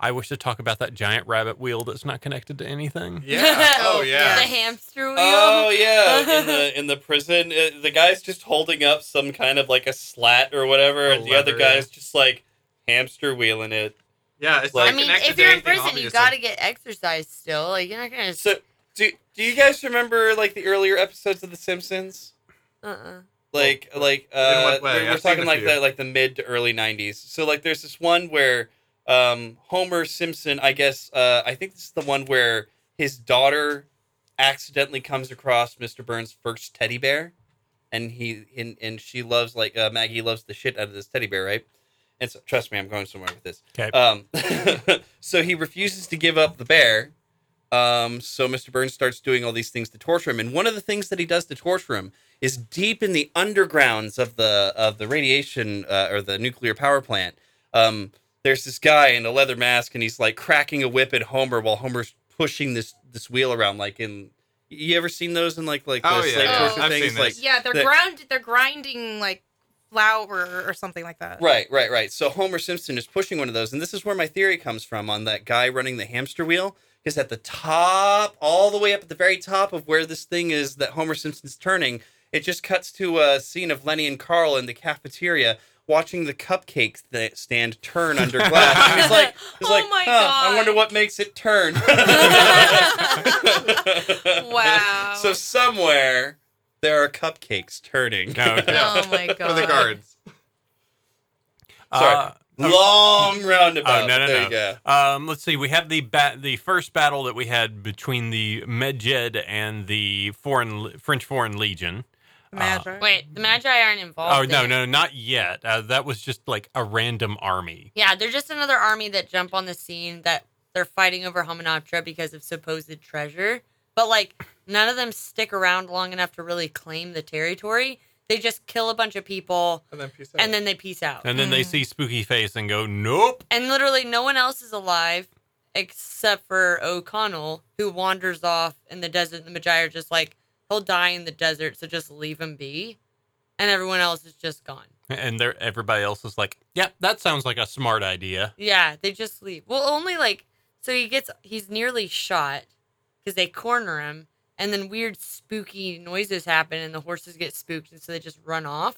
Speaker 2: I wish to talk about that giant rabbit wheel that's not connected to anything.
Speaker 5: yeah. Oh
Speaker 6: The
Speaker 5: yeah.
Speaker 6: hamster wheel.
Speaker 3: Oh yeah, in the in the prison, uh, the guy's just holding up some kind of like a slat or whatever,
Speaker 5: A
Speaker 3: and the other
Speaker 5: lever,
Speaker 3: guy's just like hamster wheeling it.
Speaker 5: Yeah, it's
Speaker 3: I
Speaker 6: I
Speaker 5: not
Speaker 6: mean,
Speaker 5: connected
Speaker 6: if
Speaker 5: to
Speaker 6: you're in
Speaker 5: anything,
Speaker 6: prison, you
Speaker 5: obviously.
Speaker 6: gotta get exercise still. Like you're not gonna.
Speaker 3: So do do you guys remember like the earlier episodes of The Simpsons?
Speaker 6: uh-uh.
Speaker 3: Like like
Speaker 5: In
Speaker 3: uh,
Speaker 5: what way?
Speaker 3: we're, we're
Speaker 5: I've seen
Speaker 3: talking
Speaker 5: a
Speaker 3: like
Speaker 5: few.
Speaker 3: the like the mid to early '90s. So like there's this one where um, Homer Simpson, I guess uh, I think this is the one where his daughter accidentally comes across Mr. Burns' first teddy bear, and he and, and she loves like uh, Maggie loves the shit out of this teddy bear, right? And so, trust me, I'm going somewhere with this.
Speaker 2: 'Kay.
Speaker 3: Um, so he refuses to give up the bear. Um, so Mr. Burns starts doing all these things to torture him, and one of the things that he does to torture him is deep in the undergrounds of the of the radiation uh, or the nuclear power plant. Um, there's this guy in a leather mask, and he's like cracking a whip at Homer while Homer's pushing this this wheel around, like in. You ever seen those in like like the
Speaker 5: Oh, yeah,
Speaker 3: slave
Speaker 4: yeah.
Speaker 3: torture
Speaker 5: I've
Speaker 3: things?
Speaker 5: seen
Speaker 3: like
Speaker 5: those.
Speaker 4: Yeah, they're
Speaker 3: That-
Speaker 4: ground. They're grinding like flour or something like that.
Speaker 3: Right, right, right. So Homer Simpson is pushing one of those, and this is where my theory comes from on that guy running the hamster wheel. Because at the top, all the way up at the very top of where this thing is that Homer Simpson's turning, it just cuts to a scene of Lenny and Carl in the cafeteria watching the cupcake th- stand turn under glass. And he's like, he's
Speaker 4: Oh
Speaker 3: like,
Speaker 4: my
Speaker 3: "Huh, I
Speaker 4: God."
Speaker 3: wonder what makes it turn.
Speaker 4: Wow.
Speaker 3: So somewhere there are cupcakes turning.
Speaker 2: No, okay.
Speaker 6: Oh my god.
Speaker 5: For the guards.
Speaker 2: Uh,
Speaker 3: Sorry. Long roundabout.
Speaker 2: Oh no no
Speaker 3: there
Speaker 2: no!
Speaker 3: you go.
Speaker 2: Um, let's see. We have the bat, the first battle that we had between the Medjed and the foreign French Foreign Legion.
Speaker 4: Magic.
Speaker 6: Wait, the Magi aren't involved.
Speaker 2: Oh no
Speaker 6: in it.
Speaker 2: no not yet. Uh, that was just like a random army.
Speaker 6: Yeah, they're just another army that jump on the scene that they're fighting over Hamanoptera because of supposed treasure. But like none of them stick around long enough to really claim the territory. They just kill a bunch of people
Speaker 5: And then peace out.
Speaker 6: and then they peace out.
Speaker 2: And then they see Spooky Face and go, "Nope."
Speaker 6: And literally no one else is alive except for O'Connell, who wanders off in the desert. The Magi are just like, he'll die in the desert, so just leave him be. And everyone else is just gone.
Speaker 2: And they're, everybody else is like, "Yep, that sounds like a smart idea."
Speaker 6: Yeah, they just leave. Well, only like so he gets he's nearly shot because they corner him, and then weird spooky noises happen, and the horses get spooked, and so they just run off.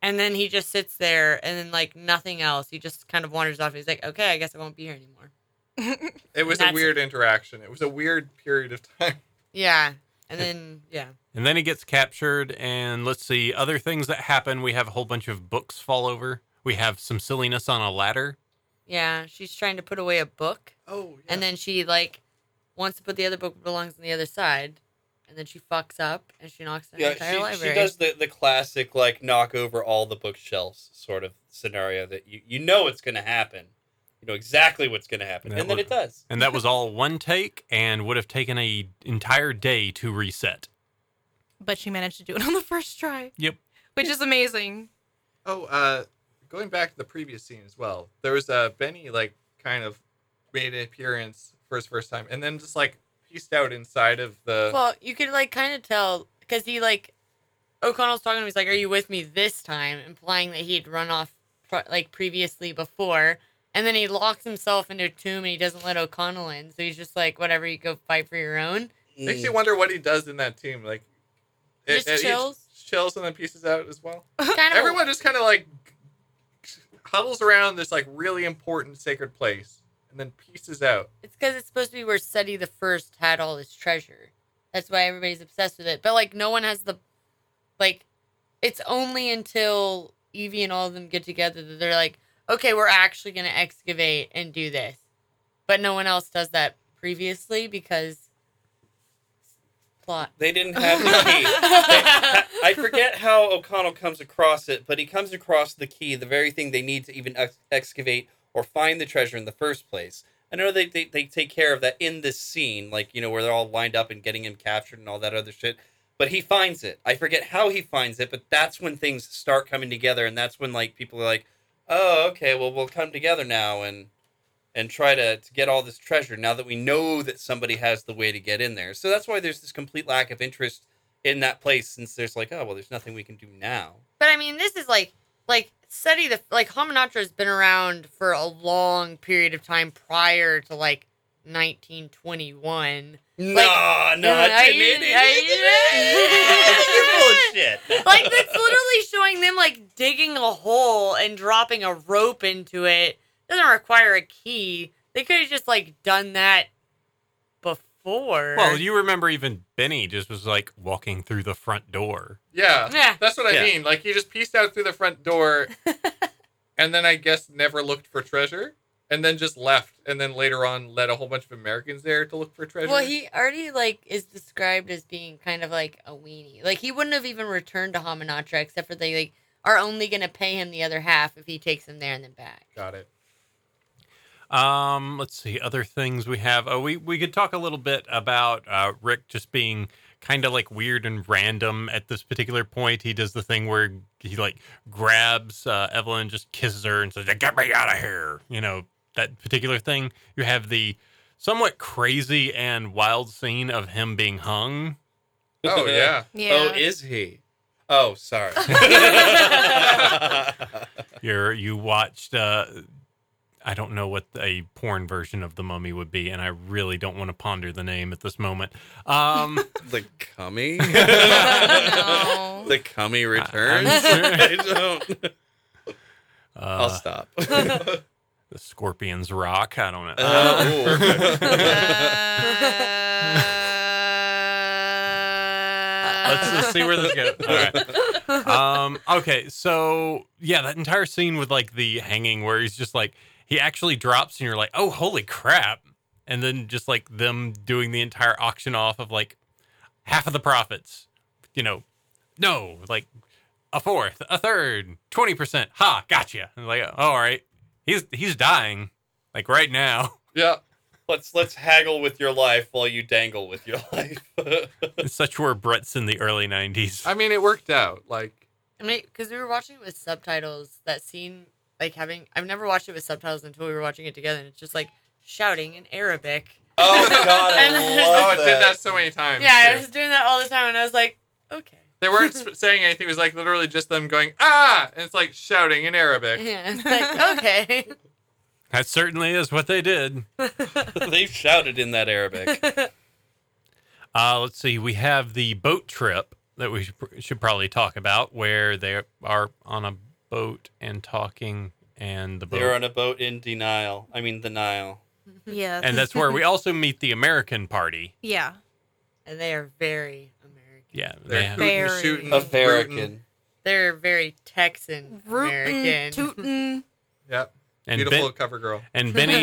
Speaker 6: And then he just sits there, and then like nothing else. He just kind of wanders off. He's like, okay, I guess I won't be here anymore.
Speaker 5: it was a
Speaker 6: That's-
Speaker 5: weird interaction. It was a weird period of time.
Speaker 6: Yeah, and then yeah,
Speaker 2: And then he gets captured. And let's see other things that happen. We have a whole bunch of books fall over. We have some silliness on a ladder.
Speaker 6: yeah. She's trying to put away a book,
Speaker 5: Oh,
Speaker 6: and then she like wants to put the other book belongs on the other side, and then she fucks up and she knocks the
Speaker 3: Yeah,
Speaker 6: entire
Speaker 3: she, she
Speaker 6: library.
Speaker 3: does the, the classic like knock over all the bookshelves sort of scenario that you, you know it's going to happen. You know exactly what's going to happen,
Speaker 2: That
Speaker 3: and then
Speaker 2: would-
Speaker 3: it does.
Speaker 2: And that was all one take and would have taken a entire day to reset.
Speaker 4: But she managed to do it on the first try.
Speaker 2: Yep.
Speaker 4: Which is amazing.
Speaker 5: Oh, uh, going back to the previous scene as well, there was uh, Benny, like, kind of made an appearance for his first time and then just, like, pieced out inside of the.
Speaker 6: Well, you could like kind of tell because he like O'Connell's talking to him. He's like, "Are you with me this time?" Implying that he'd run off pr- like previously before, and then he locks himself into a tomb and he doesn't let O'Connell in. So he's just like, "Whatever, you go fight for your own."
Speaker 5: Makes you wonder what he does in that team. Like,
Speaker 6: Mm. Just
Speaker 5: he
Speaker 6: chills?
Speaker 5: chills and then pieces out as well.
Speaker 6: It's kind of a-
Speaker 5: Everyone just kind of, like, huddles around this, like, really important sacred place and then pieces out.
Speaker 6: It's because it's supposed to be where Seti the First had all his treasure. That's why everybody's obsessed with it. But like, no one has the, like, it's only until Evie and all of them get together that they're like, okay, we're actually gonna excavate and do this. But no one else does that previously because plot.
Speaker 3: They didn't have the key. They- I forget how O'Connell comes across it, but he comes across the key, the very thing they need to even ex- excavate or find the treasure in the first place. I know they, they they take care of that in this scene, like you know where they're all lined up and getting him captured and all that other shit. But he finds it. I forget how he finds it, but that's when things start coming together, and that's when like people are like, "Oh, okay, well we'll come together now and and try to, to get all this treasure now that we know that somebody has the way to get in there." So that's why there's this complete lack of interest in that place, since there's like, "Oh, well, there's nothing we can do now."
Speaker 6: But I mean, this is like like SETI the like Hamanatra has been around for a long period of time prior to like 1921.
Speaker 3: nah, nah,
Speaker 6: I-
Speaker 3: it didn't- it
Speaker 6: I-
Speaker 3: didn't- You're bullshit.
Speaker 6: like that's literally showing them like digging a hole and dropping a rope into it. Doesn't require a key. They could have just like done that before.
Speaker 2: Well, you remember even Benny just was like walking through the front door.
Speaker 5: Yeah.
Speaker 6: Yeah.
Speaker 5: That's what I
Speaker 3: Yeah.
Speaker 5: mean. Like he just pieced out through the front door and then I guess never looked for treasure and then just left and then later on led a whole bunch of Americans there to look for treasure.
Speaker 6: Well, he already like is described as being kind of like a weenie. Like he wouldn't have even returned to Hamanatra except for they like are only going to pay him the other half if he takes him there and then back.
Speaker 5: got it.
Speaker 2: Um, let's see other things we have. Oh, we we could talk a little bit about uh, Rick just being kind of like weird and random at this particular point. He does the thing where he like grabs uh, Evelyn, just kisses her, and says, "Get me out of here!" You know that particular thing. You have the somewhat crazy and wild scene of him being hung.
Speaker 5: Oh yeah.
Speaker 3: Oh, is he? Oh, sorry. I
Speaker 2: You're you watched. Uh, I don't know what a porn version of the mummy would be, and I really don't want to ponder the name at this moment. Um.
Speaker 3: The cummy?
Speaker 4: No.
Speaker 3: The cummy returns?
Speaker 2: I'm sure.
Speaker 3: I don't. I'll
Speaker 2: Uh,
Speaker 3: stop.
Speaker 2: the Scorpions rock. I don't know.
Speaker 3: Uh,
Speaker 2: Let's
Speaker 4: Uh,
Speaker 2: just see where this goes. All right. Um, okay, so yeah, that entire scene with like the hanging, where he's just like he actually drops, and you're like, oh, holy crap! And then just like them doing the entire auction off of like half of the profits. You know, no, like a fourth, a third, twenty percent. Ha, gotcha. And like, oh, all right, he's he's dying, like right now.
Speaker 5: Yeah.
Speaker 3: let's let's haggle with your life while you dangle with your life.
Speaker 2: Such were Brett's in the early '90s.
Speaker 5: I mean it worked out. Like
Speaker 6: I mean, because we were watching it with subtitles, that scene, like having, I've never watched it with subtitles until we were watching it together, and it's just like shouting in Arabic.
Speaker 3: oh God, I
Speaker 6: And-
Speaker 5: Oh,
Speaker 3: love
Speaker 5: it did that so many times.
Speaker 6: Yeah, I
Speaker 5: too.
Speaker 6: was doing that all the time, and I was like, okay.
Speaker 5: They weren't sp- saying anything. It was like literally just them going ah, and it's like shouting in Arabic.
Speaker 6: Yeah, it's like, okay.
Speaker 2: That certainly is what they did.
Speaker 3: they shouted in that Arabic.
Speaker 2: Uh, let's see. We have the boat trip that we should, should probably talk about, where they are on a boat and talking, and the boat,
Speaker 3: They're on a boat in denial. I mean, the Nile.
Speaker 4: yeah.
Speaker 2: and that's where we also meet the American party.
Speaker 4: yeah.
Speaker 6: And they are very American.
Speaker 2: Yeah, they
Speaker 5: They're
Speaker 2: have-
Speaker 5: hooting,
Speaker 4: Very.
Speaker 3: Mm,
Speaker 5: shooting, rooting.
Speaker 3: American.
Speaker 6: They're very Texan
Speaker 4: Rootin',
Speaker 6: American.
Speaker 4: tootin'.
Speaker 5: Yep.
Speaker 2: and Ben-
Speaker 5: Beautiful cover girl.
Speaker 2: and Benny,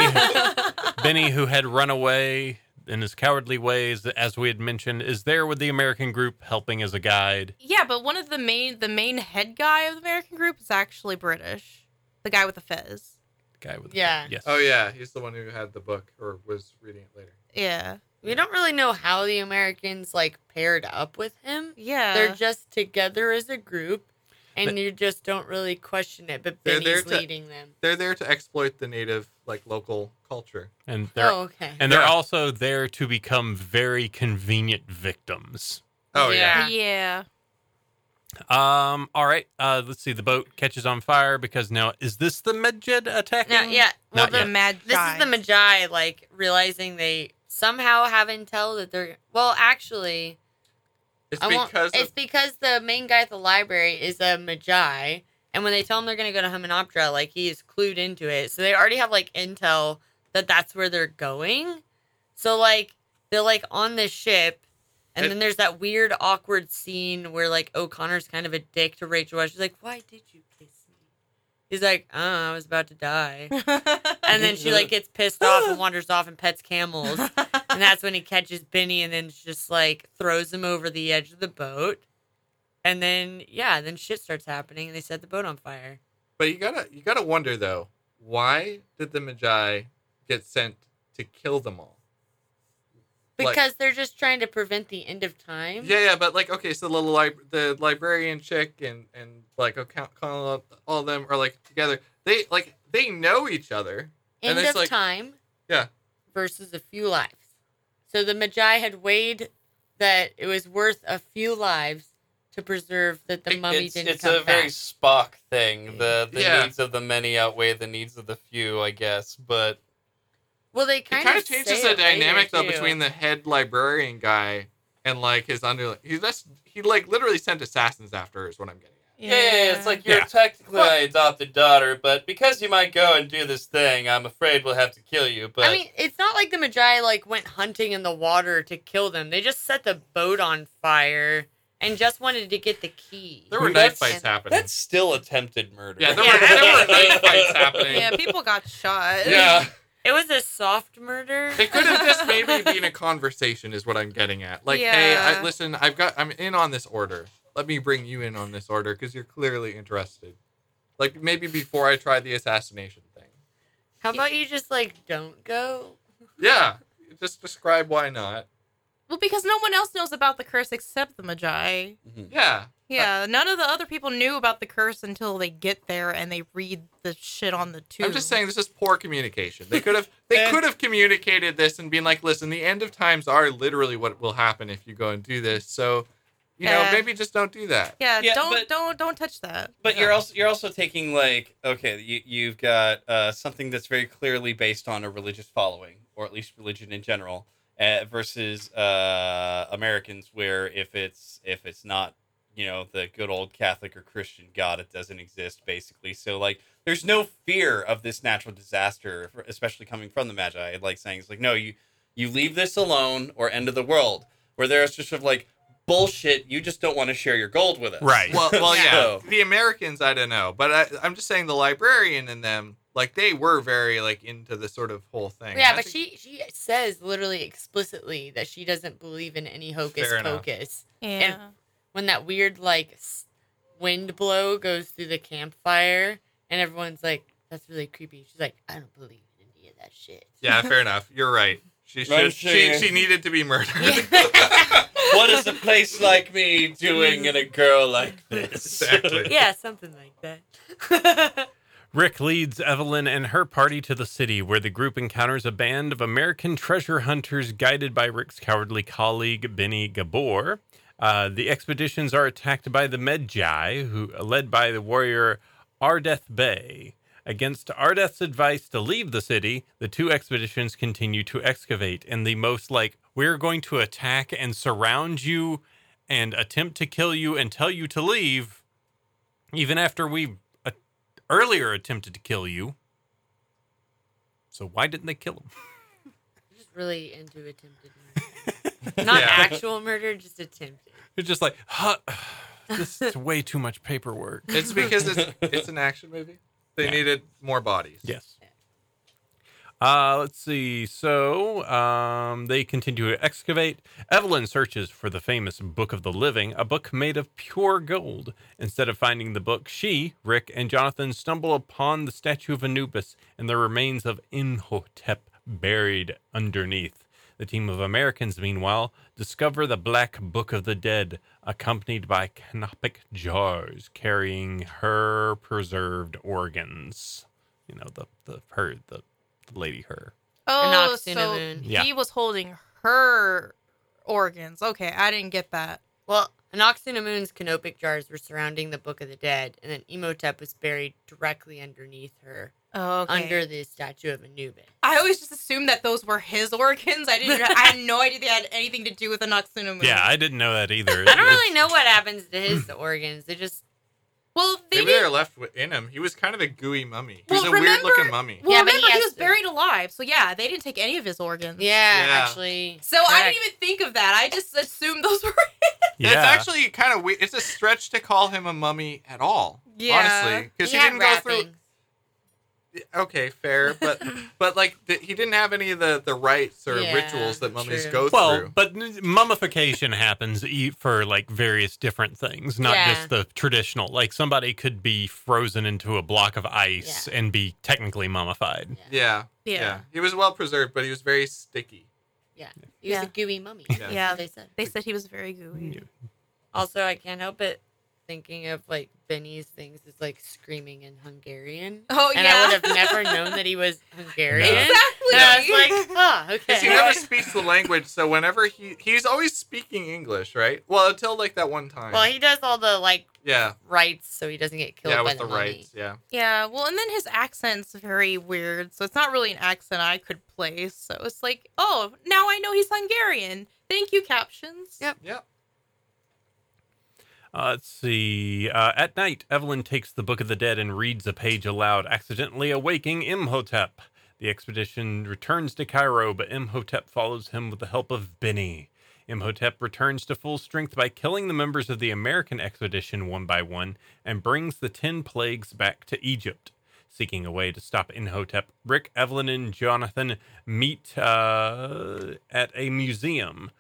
Speaker 2: Benny, who had run away in his cowardly ways, as we had mentioned, is there with the American group helping as a guide.
Speaker 4: Yeah, but one of the main the main head guy of the American group is actually British. The guy with the fez.
Speaker 2: Guy with
Speaker 6: Yeah.
Speaker 2: the, yes.
Speaker 5: Oh yeah, he's the one who had the book or was reading it later.
Speaker 4: Yeah.
Speaker 6: We don't really know how the Americans like paired up with him.
Speaker 4: Yeah.
Speaker 6: They're just together as a group, and
Speaker 2: But-
Speaker 6: you just don't really question it. But
Speaker 5: They're
Speaker 6: Benny's
Speaker 5: there to-
Speaker 6: leading them.
Speaker 5: They're there to exploit the native, like local culture.
Speaker 2: and they're
Speaker 6: oh, okay.
Speaker 2: and they're
Speaker 5: Yeah.
Speaker 2: also there to become very convenient victims.
Speaker 5: Oh yeah.
Speaker 6: Yeah.
Speaker 4: yeah.
Speaker 2: Um. All right. Uh. Let's see. The boat catches on fire because now is this the midget attacking?
Speaker 6: Now, yeah. Well,
Speaker 2: Not
Speaker 6: the,
Speaker 2: yet.
Speaker 4: Magi.
Speaker 6: this is the Magi like realizing they somehow have intel that they're well. Actually,
Speaker 5: It's
Speaker 6: I won't-
Speaker 5: because
Speaker 6: it's
Speaker 5: of,
Speaker 6: because the main guy at the library is a magi, and when they tell him they're going to go to Hymenoptera, like he is clued into it, so they already have like intel that that's where they're going. So like they're like on the ship, and
Speaker 5: It-
Speaker 6: then there's that weird awkward scene where like O'Connor's kind of a dick to Rachel. She's like, "Why did you kiss me?" He's like, "Uh, I was about to die," and then she like gets pissed off and wanders off and pets camels and that's when he catches Benny and then just like throws him over the edge of the boat. And then yeah, then shit starts happening and they set the boat on fire.
Speaker 5: but you gotta you gotta wonder though, why did the Magi get sent to kill them all? Like-
Speaker 6: Because they're just trying to prevent the end of time.
Speaker 5: Yeah, yeah, but like, okay, so the lib- the librarian chick and and like O'Connell, all of them are like together. They like they know each other.
Speaker 6: End
Speaker 5: And it's
Speaker 6: of
Speaker 5: like-
Speaker 6: time.
Speaker 5: Yeah.
Speaker 6: Versus a few lives. So the Magi had weighed that it was worth a few lives to preserve that the
Speaker 3: It-
Speaker 6: mummy
Speaker 3: it's,
Speaker 6: didn't
Speaker 3: It's
Speaker 6: come
Speaker 3: a
Speaker 6: back.
Speaker 3: very Spock thing. The the
Speaker 5: Yeah.
Speaker 3: needs of the many outweigh the needs of the few, I guess. But
Speaker 6: well, they kind,
Speaker 5: it kind
Speaker 6: of
Speaker 5: of changes the dynamic though between the head librarian guy and like his under. He just he like literally sent assassins after her is what I'm getting. at.
Speaker 3: yeah, yeah, yeah, it's like you're
Speaker 2: Yeah.
Speaker 3: technically my adopted daughter, but because you might go and do this thing, I'm afraid we'll have to kill you. But
Speaker 6: I mean, it's not like the Magi like went hunting in the water to kill them. They just set the boat on fire and just wanted to get the key.
Speaker 5: There were
Speaker 3: That's-
Speaker 5: knife fights happening.
Speaker 3: that's still attempted murder.
Speaker 5: Yeah, there
Speaker 6: Yeah.
Speaker 5: were there were knife fights happening.
Speaker 4: Yeah, people got shot.
Speaker 3: Yeah.
Speaker 6: It was a soft murder.
Speaker 5: It could have just maybe been a conversation, is what I'm getting at. Like, hey,
Speaker 4: Yeah.
Speaker 5: I, listen, I've got, I'm in on this order. Let me bring you in on this order because you're clearly interested. Like, maybe before I try the assassination thing.
Speaker 6: How about you just like don't go?
Speaker 5: Yeah, just describe why not.
Speaker 4: Well, because no one else knows about the curse except the Magi.
Speaker 5: Yeah,
Speaker 4: Yeah, none of the other people knew about the curse until they get there and they read the shit on the tomb.
Speaker 5: I'm just saying this is poor communication. They could have, they
Speaker 3: And-
Speaker 5: could have communicated this and been like, listen, the end of times are literally what will happen if you go and do this. So, you know,
Speaker 4: Yeah.
Speaker 5: maybe just don't do that.
Speaker 4: Yeah,
Speaker 3: Yeah,
Speaker 4: don't
Speaker 3: but-
Speaker 4: don't don't touch that.
Speaker 3: But you're also you're also taking like okay, you you've got uh, something that's very clearly based on a religious following, or at least religion in general, uh, versus uh, Americans, where if it's if it's not you know the good old Catholic or Christian God, it doesn't exist basically. So like, there's no fear of this natural disaster, especially coming from the Magi. Like saying it's like no, you you leave this alone or end of the world. Where there's just sort of like bullshit. You just don't want to share your gold with us,
Speaker 2: Right.
Speaker 5: well, well, yeah.
Speaker 3: So-
Speaker 5: The Americans, I don't know, but I, I'm just saying the librarian and them, like they were very like into the sort of whole thing.
Speaker 6: Yeah,
Speaker 5: I
Speaker 6: but
Speaker 5: think-
Speaker 6: she she says literally explicitly that she doesn't believe in any hocus
Speaker 5: Fair enough.
Speaker 6: pocus.
Speaker 4: Yeah.
Speaker 6: When that weird like s- wind blow goes through the campfire and everyone's like, "That's really creepy." She's like, "I don't believe in any of that shit."
Speaker 5: Yeah, fair enough. You're right. She should.
Speaker 3: Right,
Speaker 5: she,
Speaker 3: she-
Speaker 5: she needed to be murdered.
Speaker 3: what is a place like me doing in a girl like this?
Speaker 5: Exactly.
Speaker 6: yeah, something like that.
Speaker 2: Rick leads Evelyn and her party to the city where the group encounters a band of American treasure hunters guided by Rick's cowardly colleague, Benny Gabor. Uh, the expeditions are attacked by the Medjai, who led by the warrior Ardeth Bey. Against Ardeth's advice to leave the city, the two expeditions continue to excavate in the most like, we're going to attack and surround you and attempt to kill you and tell you to leave, even after we've uh, earlier attempted to kill you. So why didn't they kill him?
Speaker 6: just really into attempted murder. Not
Speaker 5: Yeah.
Speaker 6: actual murder, just attempted.
Speaker 2: It's just like, huh, this is way too much paperwork.
Speaker 5: It's because it's it's an action movie. They
Speaker 2: Yeah.
Speaker 5: needed more bodies.
Speaker 2: Yes. Uh, let's see. So um, they continue to excavate. Evelyn searches for the famous Book of the Living, a book made of pure gold. Instead of finding the book, she, Rick, and Jonathan stumble upon the statue of Anubis and the remains of Imhotep buried underneath. The team of Americans, meanwhile, discover the Black Book of the Dead, accompanied by canopic jars carrying her preserved organs. You know, the, the her the lady her.
Speaker 4: Oh,
Speaker 6: An
Speaker 4: so
Speaker 6: Oxynomoon.
Speaker 2: Yeah.
Speaker 4: he was holding her organs. Okay, I didn't get that.
Speaker 6: Well, Anoxinamun's canopic jars were surrounding the Book of the Dead, and then Emotep was buried directly underneath her,
Speaker 4: Oh, okay.
Speaker 6: under the statue of Anubis.
Speaker 4: I always just assumed that those were his organs. I didn't. I had no idea they had anything to do with an oxynomon.
Speaker 2: Yeah, I didn't know that either.
Speaker 6: I don't really know what happens to his organs. They just
Speaker 4: Well, they
Speaker 5: Maybe they're
Speaker 4: did.
Speaker 5: left wi- in him. He was kind of a gooey mummy. He
Speaker 4: Well,
Speaker 5: was a weird looking
Speaker 4: remember-
Speaker 5: mummy.
Speaker 4: Well,
Speaker 6: Yeah, but he
Speaker 4: remember he,
Speaker 6: has
Speaker 4: was
Speaker 6: to-
Speaker 4: buried alive, so yeah, they didn't take any of his organs.
Speaker 6: yeah,
Speaker 5: Yeah.
Speaker 6: actually.
Speaker 4: So I
Speaker 6: correct.
Speaker 4: didn't even think of that. I just assumed those were.
Speaker 5: And It's actually kind of weird. It's a stretch to call him a mummy at all.
Speaker 4: Yeah.
Speaker 5: Honestly, because he,
Speaker 6: had
Speaker 5: didn't go through.
Speaker 6: wrappings.
Speaker 5: Okay, fair, but but like the, he didn't have any of the the rites or
Speaker 6: Yeah,
Speaker 5: rituals that mummies
Speaker 6: true.
Speaker 5: go
Speaker 2: well,
Speaker 5: through.
Speaker 2: but n- mummification happens e- for like various different things, not
Speaker 6: Yeah.
Speaker 2: just the traditional. Like somebody could be frozen into a block of ice and be technically mummified.
Speaker 5: Yeah,
Speaker 4: Yeah.
Speaker 5: He was well preserved, but he was very sticky.
Speaker 6: He was
Speaker 4: Yeah.
Speaker 6: a gooey mummy.
Speaker 5: Yeah.
Speaker 4: Yeah.
Speaker 6: Yeah, they said.
Speaker 4: They said he was very gooey.
Speaker 6: Also, I can't help but thinking of like Benny's things is like screaming in Hungarian.
Speaker 4: Oh
Speaker 6: and I would have never known that he was Hungarian.
Speaker 2: No.
Speaker 4: exactly.
Speaker 6: And I was like, oh, okay.
Speaker 5: 'Cause he never speaks the language, so whenever he he's always speaking English, right? Well, until like that one time.
Speaker 6: well, he does all the like
Speaker 5: yeah,
Speaker 6: rights so he doesn't get killed
Speaker 5: yeah,
Speaker 6: by
Speaker 5: with
Speaker 6: the,
Speaker 5: the
Speaker 6: mummy.
Speaker 5: rites, yeah.
Speaker 4: Yeah, well, and then his accent's very weird, so it's not really an accent I could place. So it's like, oh, now I know he's Hungarian. Thank you, captions.
Speaker 6: Yep.
Speaker 5: Yeah.
Speaker 2: Uh, let's see. Uh, at night, Evelyn takes the Book of the Dead and reads a page aloud, accidentally awaking Imhotep. The expedition returns to Cairo, but Imhotep follows him with the help of Benny. Imhotep returns to full strength by killing the members of the American expedition one by one and brings the ten plagues back to Egypt. Seeking a way to stop Imhotep, Rick, Evelyn, and Jonathan meet uh, at a museum.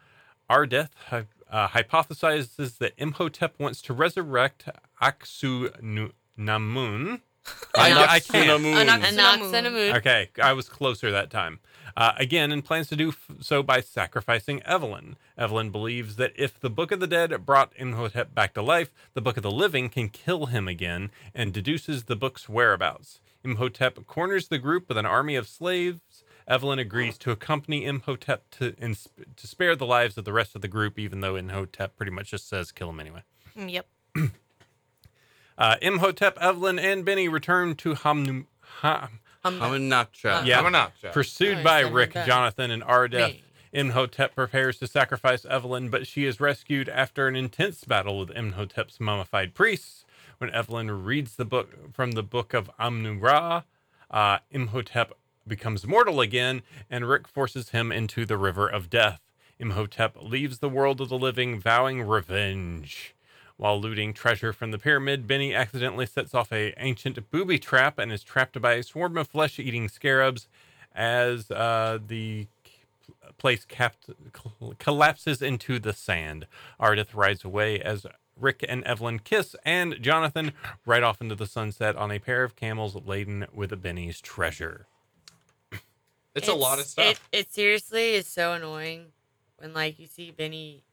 Speaker 2: Ardeth hy- uh, hypothesizes that Imhotep wants to resurrect Aksu Nu- Namun. I, I can't.
Speaker 4: Anaxi-
Speaker 6: And
Speaker 4: Cinnamon.
Speaker 6: not cinnamon.
Speaker 2: Okay, I was closer that time. Uh, again, and plans to do f- so by sacrificing Evelyn. Evelyn believes that if the Book of the Dead brought Imhotep back to life, the Book of the Living can kill him again and deduces the book's whereabouts. Imhotep corners the group with an army of slaves. Evelyn agrees to accompany Imhotep to, in, to spare the lives of the rest of the group, even though Imhotep pretty much just says kill him anyway.
Speaker 4: Mm, Yep.
Speaker 2: Uh, Imhotep, Evelyn, and Benny return to Hamnum. Ha-
Speaker 6: Um,
Speaker 3: I'm a nacho.
Speaker 2: Yeah.
Speaker 5: I'm not Jeff.
Speaker 2: Pursued
Speaker 6: Nice,
Speaker 2: by
Speaker 6: I heard
Speaker 2: Rick,
Speaker 6: Oh, that.
Speaker 2: Jonathan, and Ardeth,
Speaker 6: Me.
Speaker 2: Imhotep prepares to sacrifice Evelyn, but she is rescued after an intense battle with Imhotep's mummified priests. When Evelyn reads the book from the book of Amnum Ra, uh, Imhotep becomes mortal again, and Rick forces him into the river of death. Imhotep leaves the world of the living, vowing revenge. While looting treasure from the pyramid, Benny accidentally sets off a ancient booby trap and is trapped by a swarm of flesh-eating scarabs as uh, the c- place capt- cl- collapses into the sand. Ardith rides away as Rick and Evelyn kiss, and Jonathan right off into the sunset on a pair of camels laden with Benny's treasure.
Speaker 5: It's, a lot of
Speaker 6: It,
Speaker 5: stuff.
Speaker 6: it seriously is so annoying when like you see Benny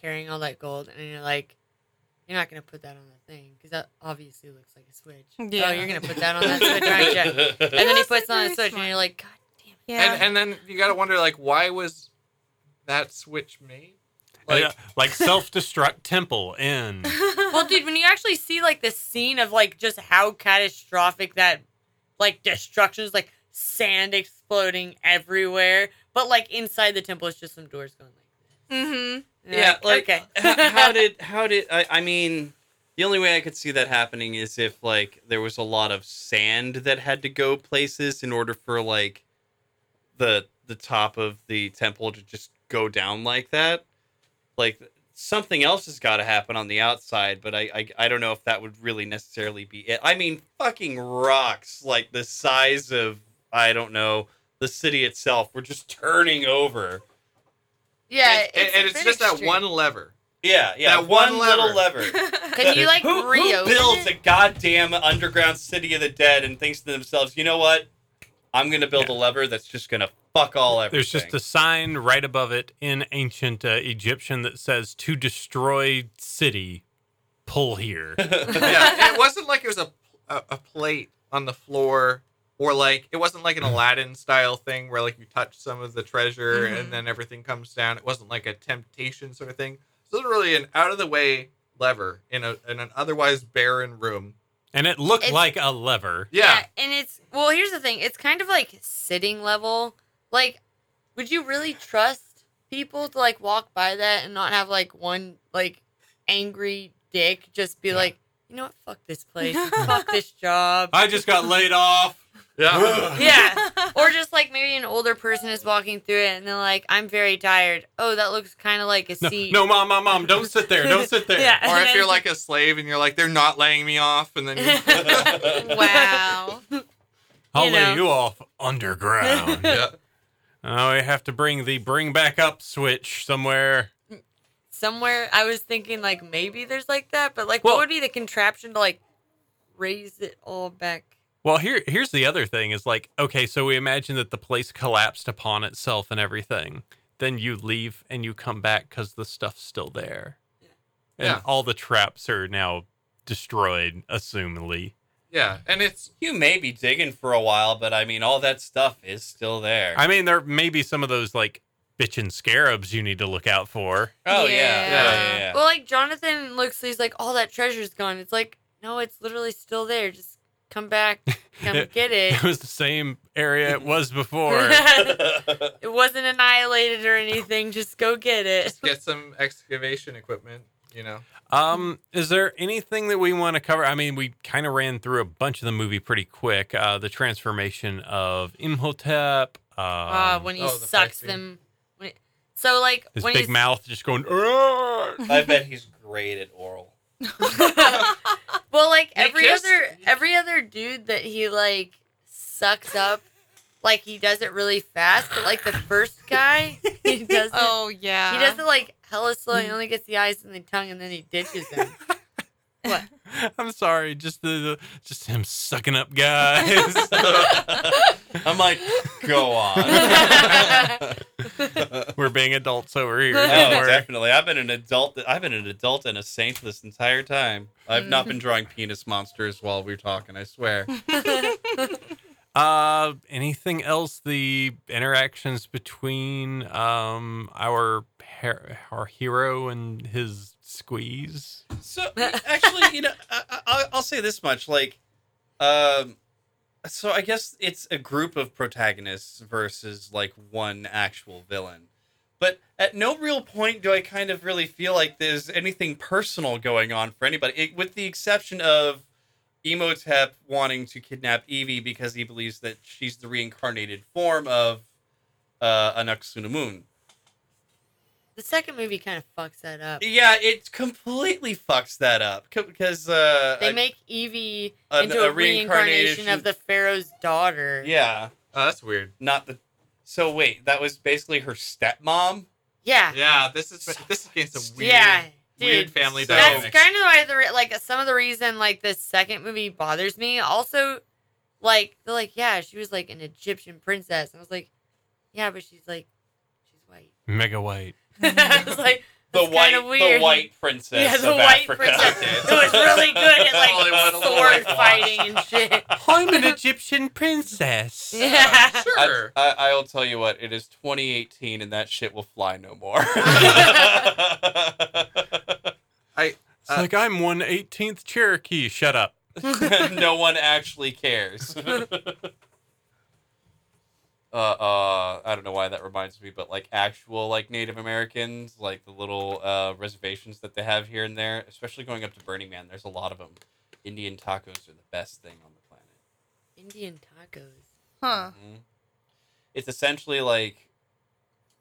Speaker 6: carrying all that gold and you're like, you're not gonna put that on that thing because that obviously looks like a switch.
Speaker 4: Yeah.
Speaker 6: Oh, you're gonna put that on that switch, aren't you? And then he
Speaker 4: that's
Speaker 6: puts
Speaker 4: not
Speaker 6: on
Speaker 4: very
Speaker 6: a switch and
Speaker 4: smart.
Speaker 6: you're like, God damn it.
Speaker 4: Yeah.
Speaker 5: And and then you got to wonder like why was that switch made?
Speaker 2: Like,
Speaker 5: Like
Speaker 2: uh, like self-destruct temple in.
Speaker 6: Well, dude, when you actually see like the scene of like just how catastrophic that like destruction is, like sand exploding everywhere, but like inside the temple, it's just some doors going like.
Speaker 4: mm-hmm.
Speaker 6: and you're
Speaker 3: Yeah, like,
Speaker 6: okay.
Speaker 3: h- how did how did I, I mean the only way I could see that happening is if like there was a lot of sand that had to go places in order for like the the top of the temple to just go down like that. Like something else has got to happen on the outside, but I, I I don't know if that would really necessarily be it. I mean, fucking rocks like the size of I don't know the city itself were just turning over.
Speaker 6: Yeah,
Speaker 5: and, and- and it's just that one lever.
Speaker 3: Yeah, yeah.
Speaker 5: That one
Speaker 3: little lever.
Speaker 6: Can you like
Speaker 3: who, who
Speaker 6: reopen
Speaker 3: builds
Speaker 6: it?
Speaker 3: a goddamn underground city of the dead and thinks to themselves, you know what? I'm gonna build a lever that's just gonna fuck all everything.
Speaker 2: There's just a sign right above it in ancient uh, Egyptian that says "To destroy city, pull here."
Speaker 5: yeah, it wasn't like it was a, a a plate on the floor, or like it wasn't like an Aladdin style thing where like you touch some of the treasure and then everything comes down. It wasn't like a temptation sort of thing. It's literally an out of the way lever in a in an otherwise barren room.
Speaker 2: and it looked
Speaker 6: It's-
Speaker 2: like a lever.
Speaker 5: Yeah,
Speaker 6: and it's well. Here's the thing: it's kind of like sitting level. Like, would you really trust people to like walk by that and not have like one like angry dick just be like, you know what? Fuck this place. Fuck this job.
Speaker 2: I just got laid off.
Speaker 5: yeah.
Speaker 6: yeah. Or just like maybe an older person is walking through it and they're like, I'm very tired. Oh, that looks kind of like a
Speaker 2: No,
Speaker 6: seat.
Speaker 2: no, mom, mom, mom, don't sit there, don't sit there.
Speaker 6: Yeah.
Speaker 5: or if you're like a slave and you're like they're not laying me off, and then you,
Speaker 7: Wow.
Speaker 2: I'll
Speaker 6: You
Speaker 2: lay
Speaker 6: know.
Speaker 2: you off underground.
Speaker 5: yeah.
Speaker 2: oh, I have to bring the bring back up switch somewhere.
Speaker 6: somewhere I was thinking like maybe there's like that, but like
Speaker 2: Well-
Speaker 6: what would be the contraption to like raise it all back?
Speaker 2: Well, here here's the other thing is like, okay, so we imagine that the place collapsed upon itself and everything. Then you leave and you come back because the stuff's still there. And
Speaker 5: Yeah.
Speaker 2: all the traps are now destroyed, assumingly.
Speaker 5: yeah, and it's
Speaker 3: you may be digging for a while, but I mean all that stuff is still there.
Speaker 2: I mean, there may be some of those like bitchin' scarabs you need to look out for.
Speaker 3: oh yeah.
Speaker 6: Yeah.
Speaker 3: Yeah, yeah, yeah.
Speaker 6: Well, like Jonathan looks, he's like, all that treasure's gone. It's like, no, it's literally still there. Just come back, come get it.
Speaker 2: It was the same area it was before.
Speaker 6: it wasn't annihilated or anything. Just go get it.
Speaker 5: get some excavation equipment, you know.
Speaker 2: Um, is there anything that we want to cover? I mean, we kind of ran through a bunch of the movie pretty quick. Uh, the transformation of Imhotep. Um,
Speaker 6: Ah, when he
Speaker 5: oh, the
Speaker 6: sucks
Speaker 5: flexing.
Speaker 6: them. When it, so like
Speaker 2: his
Speaker 6: when
Speaker 2: big
Speaker 6: he's,
Speaker 2: mouth just going. "Arr!"
Speaker 3: I bet he's great at oral.
Speaker 6: well, like
Speaker 5: They
Speaker 6: every
Speaker 5: kissed?
Speaker 6: other every other dude that he like sucks up, like he does it really fast. But like the first guy, he does it.
Speaker 7: Oh yeah.
Speaker 6: He does it like hella slow. He only gets the eyes and the tongue, and then he ditches them. what?
Speaker 2: I'm sorry, just the, the just him sucking up guys.
Speaker 3: I'm like, go on.
Speaker 2: We're being adults over here.
Speaker 3: Oh,
Speaker 2: Don't worry.
Speaker 3: definitely. I've been an adult. I've been an adult and a saint this entire time. I've not been drawing penis monsters while we are talking. I swear.
Speaker 2: Uh, anything else? The interactions between um our her- our hero and his squeeze.
Speaker 3: So actually, you know, I, I, I'll say this much: like, um, so I guess it's a group of protagonists versus like one actual villain. But at no real point do I kind of really feel like there's anything personal going on for anybody, it, with the exception of Emotep wanting to kidnap Evie because he believes that she's the reincarnated form of uh, Anaxuna Moon.
Speaker 6: The second movie kind of fucks that up.
Speaker 3: Yeah, it completely fucks that up because uh,
Speaker 6: They
Speaker 3: uh,
Speaker 6: make Evie
Speaker 3: a-
Speaker 6: into
Speaker 3: a
Speaker 6: a, reincarnation
Speaker 3: reincarnation-
Speaker 6: of the Pharaoh's daughter.
Speaker 3: Yeah,
Speaker 5: Oh, that's weird.
Speaker 3: not the. So wait, that was basically her stepmom.
Speaker 6: Yeah.
Speaker 5: Yeah, this is this is getting some weird,
Speaker 6: Yeah,
Speaker 5: weird
Speaker 6: dude.
Speaker 5: family
Speaker 3: So-
Speaker 5: dynamics.
Speaker 6: That's kind of why the re- like some of the reason like this second movie bothers me. Also, like they're like, yeah, she was like an Egyptian princess, and I was like, yeah, but she's like, she's white.
Speaker 2: Mega white.
Speaker 6: I was like,
Speaker 3: The
Speaker 6: that's
Speaker 3: white,
Speaker 6: kinda weird.
Speaker 3: the white princess.
Speaker 6: yeah, the
Speaker 3: of
Speaker 6: white
Speaker 3: Africa.
Speaker 6: princess who was really good at like
Speaker 5: Hollywood
Speaker 6: sword
Speaker 5: whitewash.
Speaker 6: fighting and shit.
Speaker 2: I'm an Egyptian princess.
Speaker 6: Yeah.
Speaker 5: sure.
Speaker 3: I, I, I'll tell you what, it is 2018 and that shit will fly no more.
Speaker 2: It's like I'm one eighteenth Cherokee. Shut up.
Speaker 3: no one actually cares. Uh, uh, I don't know why that reminds me, but like actual like Native Americans, like the little uh, reservations that they have here and there, especially going up to Burning Man, there's a lot of them. Indian tacos are the best thing on the planet.
Speaker 6: Indian tacos.
Speaker 7: Huh.
Speaker 3: Mhm. It's essentially like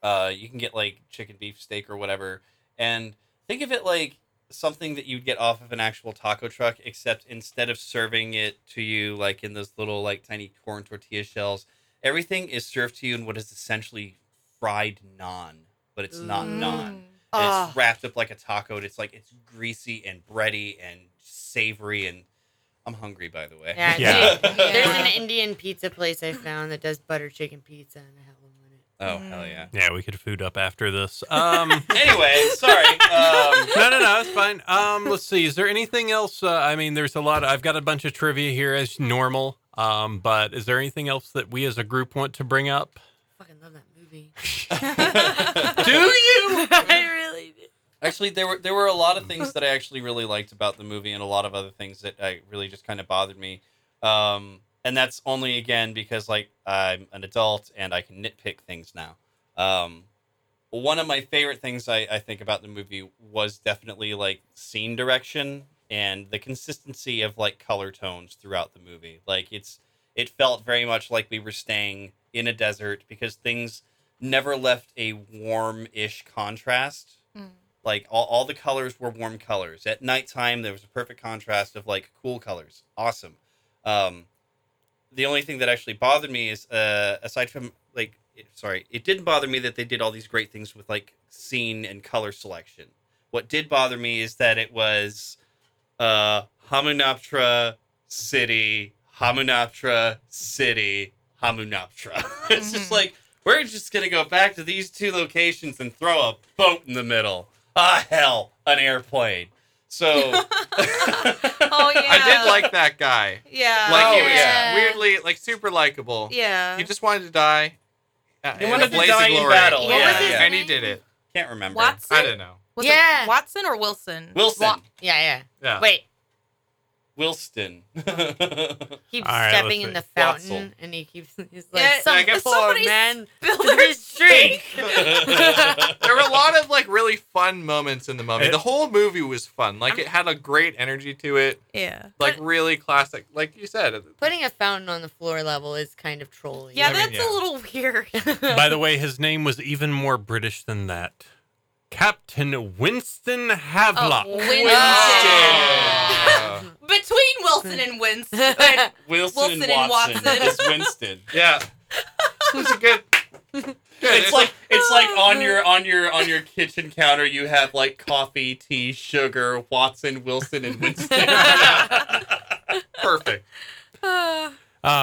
Speaker 3: uh, you can get like chicken beef steak or whatever, and think of it like something that you'd get off of an actual taco truck, except instead of serving it to you like in those little like tiny corn tortilla shells, Everything is served to you in what is essentially fried naan, but it's not
Speaker 6: Mm.
Speaker 3: naan.
Speaker 6: Ah.
Speaker 3: It's wrapped up like a taco. And it's like it's greasy and bready and savory. And I'm hungry, by the way.
Speaker 6: Yeah,
Speaker 2: Yeah.
Speaker 6: There's an Indian pizza place I found that does butter chicken pizza, and I have one in it.
Speaker 3: oh hell yeah.
Speaker 2: Yeah, we could food up after this. Um,
Speaker 3: Anyway, sorry. Um,
Speaker 2: no, no, no, it's fine. Um, let's see. Is there anything else? Uh, I mean, there's a lot. I've got a bunch of trivia here as normal. Um, but is there anything else that we as a group want to bring up?
Speaker 6: Fucking love that movie.
Speaker 2: Do you?
Speaker 6: I really do.
Speaker 3: Actually, there were there were a lot of things that I actually really liked about the movie, and a lot of other things that I really just kind of bothered me. Um, and that's only again because like I'm an adult and I can nitpick things now. Um, one of my favorite things I, I think about the movie was definitely like scene direction and the consistency of like color tones throughout the movie. Like it's it felt very much like we were staying in a desert because things never left a warm-ish contrast like all, all the colors were warm colors at nighttime there was a perfect contrast of like cool colors awesome um the only thing that actually bothered me is uh aside from like it- sorry it didn't bother me that they did all these great things with like scene and color selection what did bother me is that it was uh hamunaptra city hamunaptra city hamunaptra it's just like we're just gonna go back to these two locations and throw a boat in the middle. Ah, hell, an airplane. So
Speaker 7: Oh yeah.
Speaker 5: I did like that guy.
Speaker 7: Yeah.
Speaker 5: Like he
Speaker 3: Oh,
Speaker 5: was
Speaker 7: yeah.
Speaker 5: weirdly like super likable.
Speaker 7: yeah.
Speaker 5: He just wanted to die. Uh,
Speaker 3: He
Speaker 5: in
Speaker 3: wanted
Speaker 5: a
Speaker 3: to
Speaker 5: blaze
Speaker 3: die
Speaker 5: of
Speaker 3: in
Speaker 5: glory.
Speaker 3: battle.
Speaker 7: What
Speaker 3: yeah,
Speaker 7: was his
Speaker 3: yeah.
Speaker 5: And he
Speaker 7: name?
Speaker 5: did it.
Speaker 3: Can't remember.
Speaker 7: Watson.
Speaker 5: I don't know.
Speaker 4: Was
Speaker 6: Yeah.
Speaker 4: it Watson or Wilson?
Speaker 3: Wilson.
Speaker 6: Wa- yeah, yeah.
Speaker 5: Yeah.
Speaker 6: Wait,
Speaker 3: Wilston.
Speaker 6: keeps
Speaker 2: All right, let's
Speaker 6: stepping in
Speaker 2: see.
Speaker 6: the fountain,
Speaker 3: Watzel.
Speaker 6: and he keeps he's like,
Speaker 7: Yeah,
Speaker 6: some
Speaker 5: I guess
Speaker 6: poor
Speaker 4: somebody's-
Speaker 6: man
Speaker 4: Builder
Speaker 6: this drink.
Speaker 5: There were a lot of like really fun moments in the movie.
Speaker 2: It-
Speaker 5: the whole movie was fun. Like it had a great energy to it.
Speaker 4: Yeah.
Speaker 5: Like really classic. Like you said.
Speaker 6: Putting a fountain on the floor level is kind of trolling.
Speaker 4: Yeah,
Speaker 5: I mean,
Speaker 4: that's
Speaker 5: yeah.
Speaker 4: a little weird.
Speaker 2: By the way, his name was even more British than that. Captain Winston Havelock.
Speaker 4: Oh,
Speaker 7: Winston.
Speaker 5: Yeah.
Speaker 4: Between Wilson and Winston.
Speaker 3: Wilson,
Speaker 4: Wilson
Speaker 3: and
Speaker 4: and
Speaker 3: Watson,
Speaker 4: Watson.
Speaker 3: is Winston.
Speaker 5: yeah. It was a good. good.
Speaker 3: It's like it's like
Speaker 4: oh,
Speaker 3: on your on your on your kitchen counter you have like coffee, tea, sugar, Watson, Wilson, and Winston.
Speaker 5: perfect.
Speaker 2: Uh,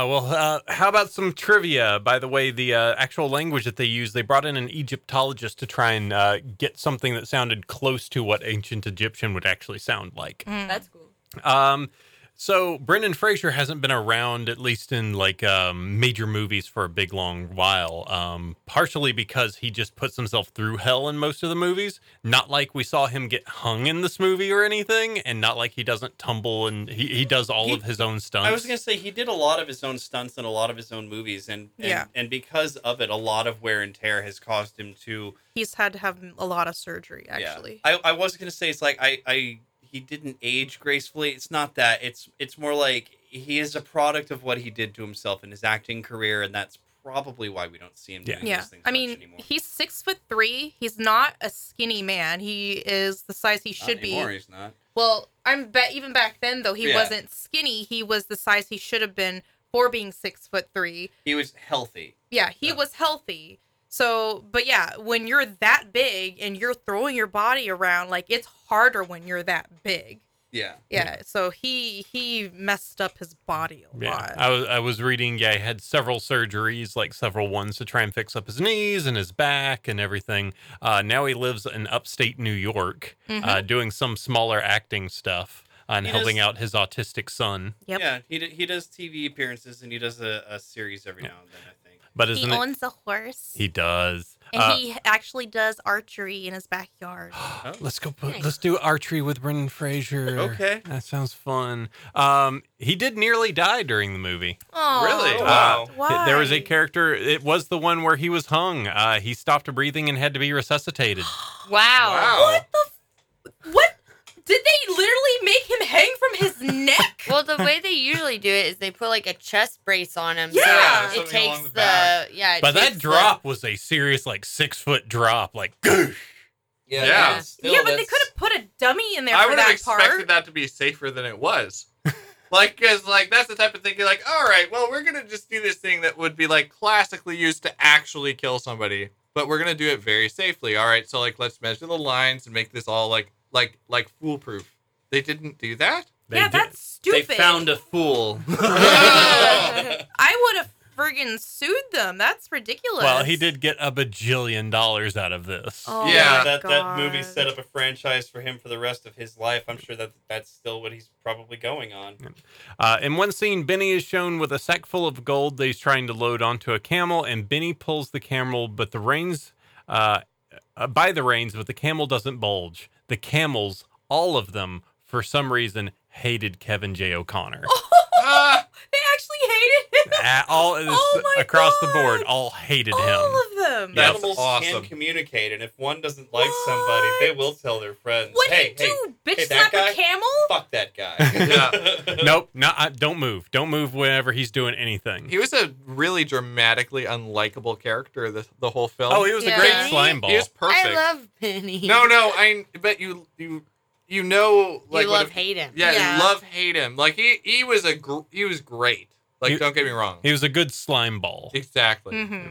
Speaker 2: well, uh, how about some trivia? By the way, the uh, actual language that they used, they brought in an Egyptologist to try and uh, get something that sounded close to what ancient Egyptian would actually sound like.
Speaker 3: Mm.
Speaker 6: that's cool.
Speaker 2: Um, so Brendan Fraser hasn't been around, at least in like um, major movies, for a big long while. Um, partially because he just puts himself through hell in most of the movies. Not like we saw him get hung in this movie or anything, and not like he doesn't tumble and he, he does all
Speaker 3: He-
Speaker 2: of his own stunts.
Speaker 3: I was gonna say he did a lot of his own stunts in a lot of his own movies, and and,
Speaker 4: Yeah.
Speaker 3: and because of it, a lot of wear and tear has caused him to.
Speaker 4: He's had to have a lot of surgery,
Speaker 3: yeah.
Speaker 4: actually.
Speaker 3: I, I was gonna say it's like I I he didn't age gracefully. It's not that. It's it's more like he is a product of what he did to himself in his acting career, and that's probably why we don't see him doing
Speaker 4: Yeah,
Speaker 3: those things
Speaker 4: I
Speaker 3: much
Speaker 4: mean,
Speaker 3: anymore.
Speaker 4: he's six foot three. He's not a skinny man. He is the size he
Speaker 3: Not
Speaker 4: should
Speaker 3: anymore,
Speaker 4: be.
Speaker 3: He's not.
Speaker 4: Well, I'm bet even back then though he
Speaker 3: Yeah.
Speaker 4: wasn't skinny. He was the size he should have been for being six foot three.
Speaker 3: He was healthy.
Speaker 4: Yeah, he
Speaker 3: Yeah.
Speaker 4: was healthy. So, but yeah, when you're that big and you're throwing your body around, like it's harder when you're that big.
Speaker 3: Yeah.
Speaker 4: Yeah. So he he messed up his body a
Speaker 2: Yeah,
Speaker 4: lot.
Speaker 2: I was I was reading. Yeah, he had several surgeries, like several ones to try and fix up his knees and his back and everything. Uh, now he lives in upstate New York,
Speaker 4: Mhm.
Speaker 2: uh, doing some smaller acting stuff and
Speaker 3: He
Speaker 2: helping
Speaker 3: does-
Speaker 2: out his autistic son.
Speaker 4: Yep.
Speaker 3: Yeah. He d- he does TV appearances and he does a, a series every now and then. I think.
Speaker 2: But isn't
Speaker 4: he
Speaker 2: it?
Speaker 4: owns a horse.
Speaker 2: he does.
Speaker 4: and
Speaker 2: Uh,
Speaker 4: he actually does archery in his backyard.
Speaker 2: Let's go. Put, let's do archery with Brendan Fraser.
Speaker 3: Okay.
Speaker 2: that sounds fun. Um, he did nearly die during the movie.
Speaker 4: Oh,
Speaker 5: Really? Wow.
Speaker 4: Why?
Speaker 2: There was a character. It was the one where he was hung. Uh, he stopped breathing and had to be resuscitated.
Speaker 6: Wow.
Speaker 5: Wow.
Speaker 4: What the? F- what? Did they literally make him hang from his neck?
Speaker 6: Well, the way they usually do it is they put like a chest brace on him.
Speaker 5: Yeah,
Speaker 6: so it, it
Speaker 5: something along
Speaker 6: takes the,
Speaker 5: the back.
Speaker 6: yeah. It
Speaker 2: But
Speaker 6: takes
Speaker 2: that drop was a serious, like six foot drop. Like,
Speaker 5: Yeah. Yeah.
Speaker 3: Still,
Speaker 4: yeah, but they
Speaker 3: that's-
Speaker 4: could have put a dummy in there
Speaker 5: I
Speaker 4: for
Speaker 5: would have
Speaker 4: that
Speaker 5: expected
Speaker 4: part.
Speaker 5: that to be safer than it was. Like, cause like that's the type of thing you're like, all right, well, we're gonna just do this thing that would be like classically used to actually kill somebody, but we're gonna do it very safely. All right, so like let's measure the lines and make this all like like like foolproof. They didn't do that.
Speaker 2: They
Speaker 4: yeah,
Speaker 2: did-
Speaker 4: that's
Speaker 8: They
Speaker 4: stupid. Oh
Speaker 8: found a fool.
Speaker 4: I would have friggin' sued them. That's ridiculous.
Speaker 2: Well, he did get a bajillion dollars out of this.
Speaker 4: Oh
Speaker 5: Yeah,
Speaker 4: my
Speaker 3: that that movie
Speaker 4: God.
Speaker 3: set up a franchise for him for the rest of his life. I'm sure that that's still what he's probably going on.
Speaker 2: Uh, in one scene, Benny is shown with a sack full of gold that he's trying to load onto a camel, and Benny pulls the camel, but the reins, uh, uh, by the reins, but the camel doesn't bulge. The camels, all of them, for some reason, hated Kevin J. O'Connor.
Speaker 5: Ah!
Speaker 4: They actually hated him.
Speaker 2: Uh, all
Speaker 4: Oh my
Speaker 2: across the
Speaker 4: God.
Speaker 2: board, all hated him.
Speaker 4: All of them.
Speaker 5: That's
Speaker 3: Animals
Speaker 5: awesome.
Speaker 3: can communicate, and if one doesn't like
Speaker 4: What?
Speaker 3: somebody, they will tell their friends.
Speaker 4: What
Speaker 3: hey,
Speaker 4: do
Speaker 3: hey,
Speaker 4: you do? Bitch
Speaker 3: hey, that
Speaker 4: slap
Speaker 3: guy?
Speaker 4: a camel?
Speaker 3: fuck that guy.
Speaker 5: Yeah.
Speaker 2: nope, no, I, don't move. Don't move whenever he's doing anything.
Speaker 5: He was a really dramatically unlikable character the, the whole film.
Speaker 2: Oh, he was
Speaker 6: Yeah.
Speaker 2: a great
Speaker 6: Benny?
Speaker 2: slime ball.
Speaker 5: He was perfect.
Speaker 6: I love Benny.
Speaker 5: no, no, I but you you you know like
Speaker 6: you
Speaker 5: what
Speaker 6: love
Speaker 5: if-
Speaker 6: hate him.
Speaker 5: Yeah,
Speaker 4: Yeah.
Speaker 5: you love hate him. Like he he was a gr- he was great. Like
Speaker 2: He-
Speaker 5: don't get me wrong.
Speaker 2: He was a good slime ball.
Speaker 5: exactly.
Speaker 4: Mm-hmm.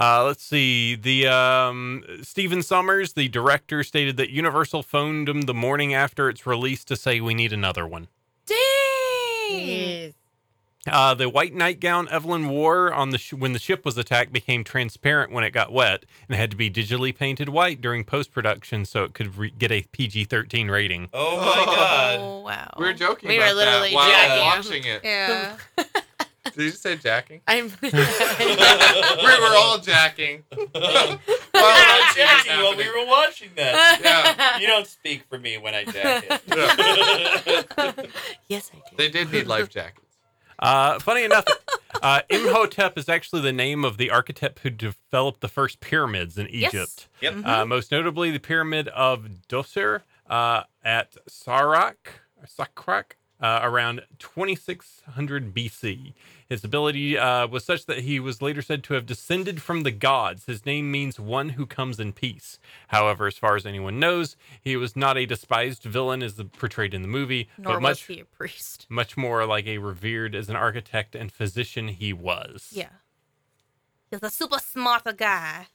Speaker 2: Uh, let's see. The um, Stephen Summers, the director, stated that Universal phoned him the morning after its release to say we need another one.
Speaker 4: Dang.
Speaker 6: Yes.
Speaker 2: Uh, the white nightgown Evelyn wore on the sh- when the ship was attacked became transparent when it got wet and had to be digitally painted white during post production so it could re- get a PG thirteen rating.
Speaker 3: oh my god.
Speaker 4: Oh wow.
Speaker 5: We were joking
Speaker 6: We were
Speaker 5: about
Speaker 6: literally
Speaker 5: that while uh,
Speaker 6: jacking.
Speaker 5: watching it.
Speaker 4: Yeah.
Speaker 5: Did you say jacking?
Speaker 6: I'm
Speaker 5: we were all jacking.
Speaker 3: Well, I'm
Speaker 5: watching it
Speaker 3: jacking while we were watching that. You don't speak for me when I jack it.
Speaker 6: yes, I do.
Speaker 5: They did need life jackets.
Speaker 2: Uh, funny enough, uh, Imhotep is actually the name of the architect who developed the first pyramids in
Speaker 4: Yes. Mm-hmm.
Speaker 2: Egypt.
Speaker 3: yep.
Speaker 2: Uh, most notably, the pyramid of Dosir uh, at Sarak, Sakrak, uh, around 2600 BC. His ability uh, was such that he was later said to have descended from the gods. His name means one who comes in peace. However, as far as anyone knows, he was not a despised villain as the, portrayed in the movie,
Speaker 4: Nor
Speaker 2: but
Speaker 4: was
Speaker 2: much,
Speaker 4: he a priest.
Speaker 2: much more like a revered as an architect and physician he was.
Speaker 4: Yeah. He's a super smart guy.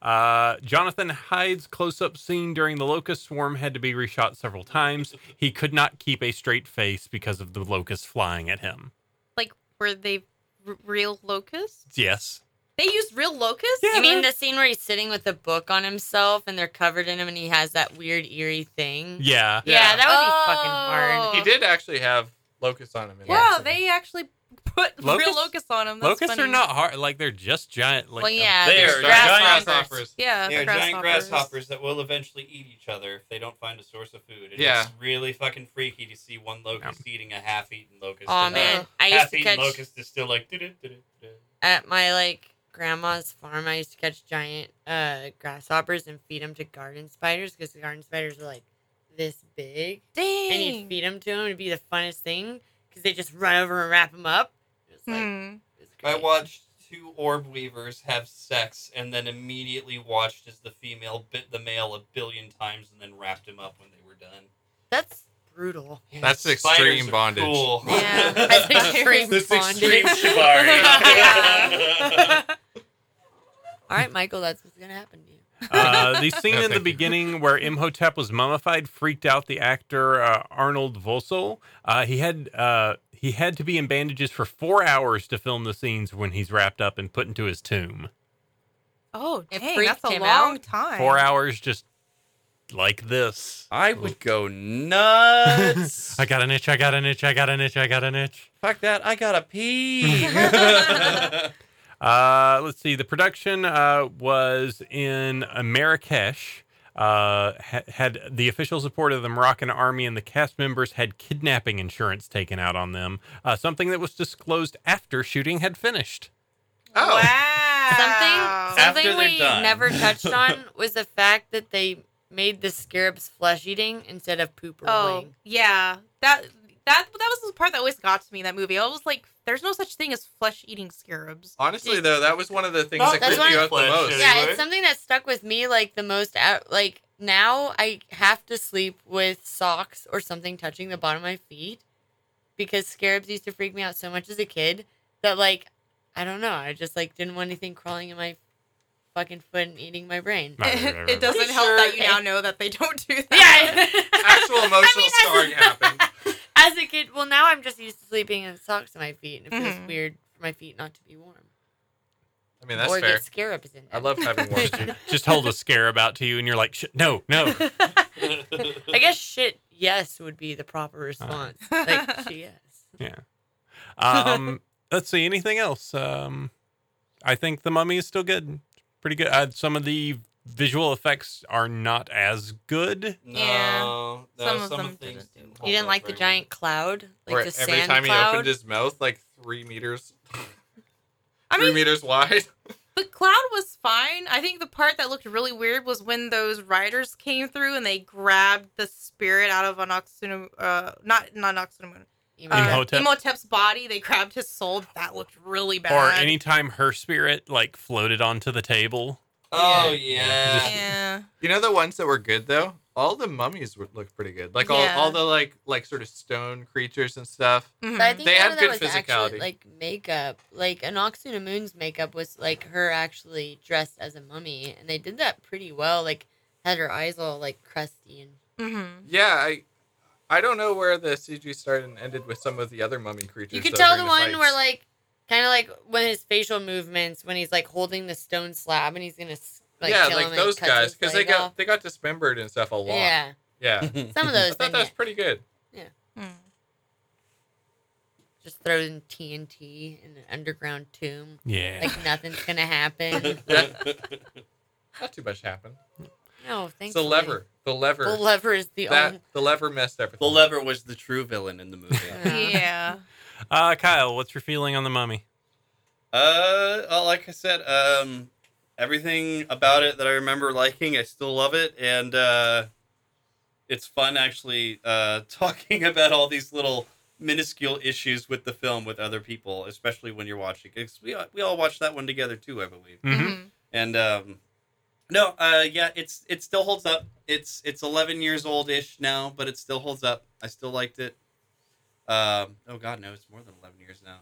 Speaker 2: Uh, Jonathan Hyde's close up scene during the locust swarm had to be reshot several times. He could not keep a straight face because of the locusts flying at him.
Speaker 4: Like, were they r- real locusts?
Speaker 2: Yes.
Speaker 4: They used real locusts?
Speaker 6: You mean the scene where he's sitting with a book on himself and they're covered in him and he has that weird eerie thing?
Speaker 2: Yeah.
Speaker 6: Mm-hmm. Yeah, that would be fucking
Speaker 4: Oh.
Speaker 6: hard.
Speaker 5: He did actually have locusts on him. In
Speaker 4: Wow,
Speaker 5: that.
Speaker 4: they actually put real
Speaker 2: Locusts?
Speaker 4: locusts on them. That's
Speaker 2: locusts
Speaker 4: funny.
Speaker 2: are not hard. Like they're just giant. Like
Speaker 6: well, yeah,
Speaker 3: They
Speaker 6: there's
Speaker 3: are
Speaker 6: grasshoppers.
Speaker 3: giant
Speaker 5: grasshoppers.
Speaker 4: Yeah,
Speaker 3: They're giant
Speaker 4: grasshoppers.
Speaker 3: grasshoppers that will eventually eat each other if they don't find a source of food. And
Speaker 5: Yeah.
Speaker 3: It's really fucking freaky to see one locust eating a half-eaten locust.
Speaker 6: Oh
Speaker 3: and the
Speaker 4: Uh,
Speaker 6: man, I used to
Speaker 3: half-eaten
Speaker 6: catch
Speaker 3: locust is still like. "Du-du-du-du-du."
Speaker 6: at my like grandma's farm. I used to catch giant uh, grasshoppers and feed them to garden spiders because the garden spiders were like this big,
Speaker 4: Dang.
Speaker 6: and you feed them to them. It'd be the funnest thing because they just run over and wrap them up. It was like
Speaker 4: Hmm.
Speaker 6: it was
Speaker 3: I
Speaker 6: great.
Speaker 3: watched two orb weavers have sex and then immediately watched as the female bit the male a billion times and then wrapped him up when they were done.
Speaker 6: That's brutal.
Speaker 5: That's
Speaker 3: Spiders
Speaker 5: extreme
Speaker 3: are
Speaker 5: bondage.
Speaker 3: Cool.
Speaker 6: Yeah, that's extreme
Speaker 3: That's
Speaker 6: bondage.
Speaker 3: extreme shibari.
Speaker 6: Yeah. All right, Michael, that's what's gonna happen to you.
Speaker 2: uh, the scene in
Speaker 5: No,
Speaker 2: the
Speaker 5: thank you.
Speaker 2: beginning where Imhotep was mummified freaked out the actor uh, Arnold Vossel. Uh, he had uh, he had to be in bandages for four hours to film the scenes when he's wrapped up and put into his tomb.
Speaker 4: Oh,
Speaker 6: It
Speaker 4: dang,
Speaker 6: freaked
Speaker 4: that's a
Speaker 6: him
Speaker 4: long
Speaker 6: out.
Speaker 4: time.
Speaker 2: Four hours just like this.
Speaker 3: I would go nuts.
Speaker 2: I got an itch. I got an itch. I got an itch. I got an itch.
Speaker 3: Fuck that. I gotta pee.
Speaker 2: Uh, let's see. The production uh, was in uh, Marrakesh. Uh, ha- had the official support of the Moroccan army, and the cast members had kidnapping insurance taken out on them. Uh, something that was disclosed after shooting had finished.
Speaker 5: Oh,
Speaker 4: Wow.
Speaker 6: Something
Speaker 3: After
Speaker 6: something
Speaker 3: they're
Speaker 6: we
Speaker 3: done.
Speaker 6: never touched on was the fact that they made the scarabs flesh eating instead of poop
Speaker 4: Oh,
Speaker 6: rolling.
Speaker 4: yeah. That that that was the part that always got to me in that movie. I was like, there's no such thing as flesh eating scarabs.
Speaker 5: honestly though, that was one of the things
Speaker 3: Not
Speaker 5: that
Speaker 6: that's
Speaker 5: creeped you
Speaker 6: one-
Speaker 5: out the most.
Speaker 6: Yeah, it's something that stuck with me like the most out like now I have to sleep with socks or something touching the bottom of my feet because scarabs used to freak me out so much as a kid that like I don't know, I just like didn't want anything crawling in my fucking foot and eating my brain.
Speaker 2: Right, right, right,
Speaker 4: it
Speaker 2: right.
Speaker 4: doesn't
Speaker 6: Pretty
Speaker 4: help
Speaker 6: sure
Speaker 4: that you
Speaker 6: they-
Speaker 4: now know that they don't do that.
Speaker 6: Yeah.
Speaker 5: Actual emotional
Speaker 6: as-
Speaker 5: scarring happened.
Speaker 6: As a kid, well, now I'm just used to sleeping in socks on my feet, and it feels
Speaker 5: Mm-hmm.
Speaker 4: Mhm.
Speaker 6: weird for my feet not to be warm
Speaker 5: I mean, that's
Speaker 6: or
Speaker 5: fair.
Speaker 6: get scarabs in them.
Speaker 5: I love having warm feet.
Speaker 2: Just hold a scarab out to you, and you're like, "Sh- no, no.
Speaker 6: I guess shit. Yes would be the proper response. like she yes.
Speaker 2: Um, let's see. Anything else? Um, I think the mummy is still good. Pretty good. Uh, some of the visual effects are not as good.
Speaker 4: Yeah.
Speaker 3: No, no,
Speaker 4: Some of them
Speaker 3: things
Speaker 4: didn't do well.
Speaker 3: hold
Speaker 6: You didn't
Speaker 3: up
Speaker 6: like the
Speaker 3: very
Speaker 6: giant cloud, like
Speaker 5: Where
Speaker 6: the
Speaker 5: every
Speaker 6: sand
Speaker 5: time he
Speaker 6: cloud.
Speaker 5: opened his mouth, like three meters,
Speaker 4: I
Speaker 5: three
Speaker 4: mean,
Speaker 5: meters wide.
Speaker 4: the cloud was fine. I think the part that looked really weird was when those riders came through and they grabbed the spirit out of an uh not not Oxynomon.
Speaker 6: You
Speaker 4: Uh,
Speaker 6: mean-
Speaker 2: Imhotep?
Speaker 4: Imhotep's body. They grabbed his soul. That looked really bad.
Speaker 2: Or anytime her spirit like floated onto the table.
Speaker 3: well. Oh
Speaker 6: Yeah.
Speaker 3: yeah.
Speaker 4: Yeah.
Speaker 5: You know the ones that were good though. All the mummies would look pretty good. Like all,
Speaker 4: Yeah.
Speaker 5: all the like like sort of stone creatures and stuff.
Speaker 4: Mhm.
Speaker 6: But I think
Speaker 5: They
Speaker 6: none
Speaker 5: have
Speaker 6: of
Speaker 5: good
Speaker 6: that was
Speaker 5: physicality.
Speaker 6: actually like makeup. Like Anoxuna Moon's makeup was like her actually dressed as a mummy, and they did that pretty well. Like had her eyes all like crusty and
Speaker 4: Mhm.
Speaker 5: Yeah, I I don't know where the CG started and ended with some of the other mummy creatures.
Speaker 6: You could
Speaker 5: that were
Speaker 6: tell
Speaker 5: in
Speaker 6: the one
Speaker 5: fights.
Speaker 6: where like kind of like when his facial movements when he's like holding the stone slab and he's gonna s- like
Speaker 5: yeah,
Speaker 6: kill him and
Speaker 5: like those
Speaker 6: cut
Speaker 5: guys
Speaker 6: his
Speaker 5: because they
Speaker 6: leg
Speaker 5: got
Speaker 6: off.
Speaker 5: they got dismembered and stuff a lot. Yeah,
Speaker 6: yeah some of
Speaker 5: I
Speaker 6: those
Speaker 5: thought
Speaker 6: then,
Speaker 5: that was
Speaker 6: yeah.
Speaker 5: pretty good.
Speaker 4: Mhm.
Speaker 6: just throwing TNT in an underground tomb
Speaker 2: Yeah.
Speaker 6: like nothing's gonna happen.
Speaker 5: Not too much happened.
Speaker 6: No, thanks.
Speaker 5: It's the lever. The lever.
Speaker 6: The lever is the
Speaker 5: that
Speaker 6: only.
Speaker 5: the lever messed everything.
Speaker 3: the
Speaker 5: up.
Speaker 3: lever was the true villain in the movie.
Speaker 6: Yeah.
Speaker 4: Yeah.
Speaker 2: Uh, Kyle, what's your feeling on the mummy?
Speaker 3: Uh, well, like I said, um, everything about it that I remember liking, I still love it, and uh, it's fun actually uh, talking about all these little minuscule issues with the film with other people, especially when you're watching. 'cause we we all watched that one together too, I believe.
Speaker 2: Mhm.
Speaker 3: And um, no, uh, yeah, it's it still holds up. It's it's 11 years old ish now, but it still holds up. I still liked it. Um, oh God, no, it's more than 11 years now.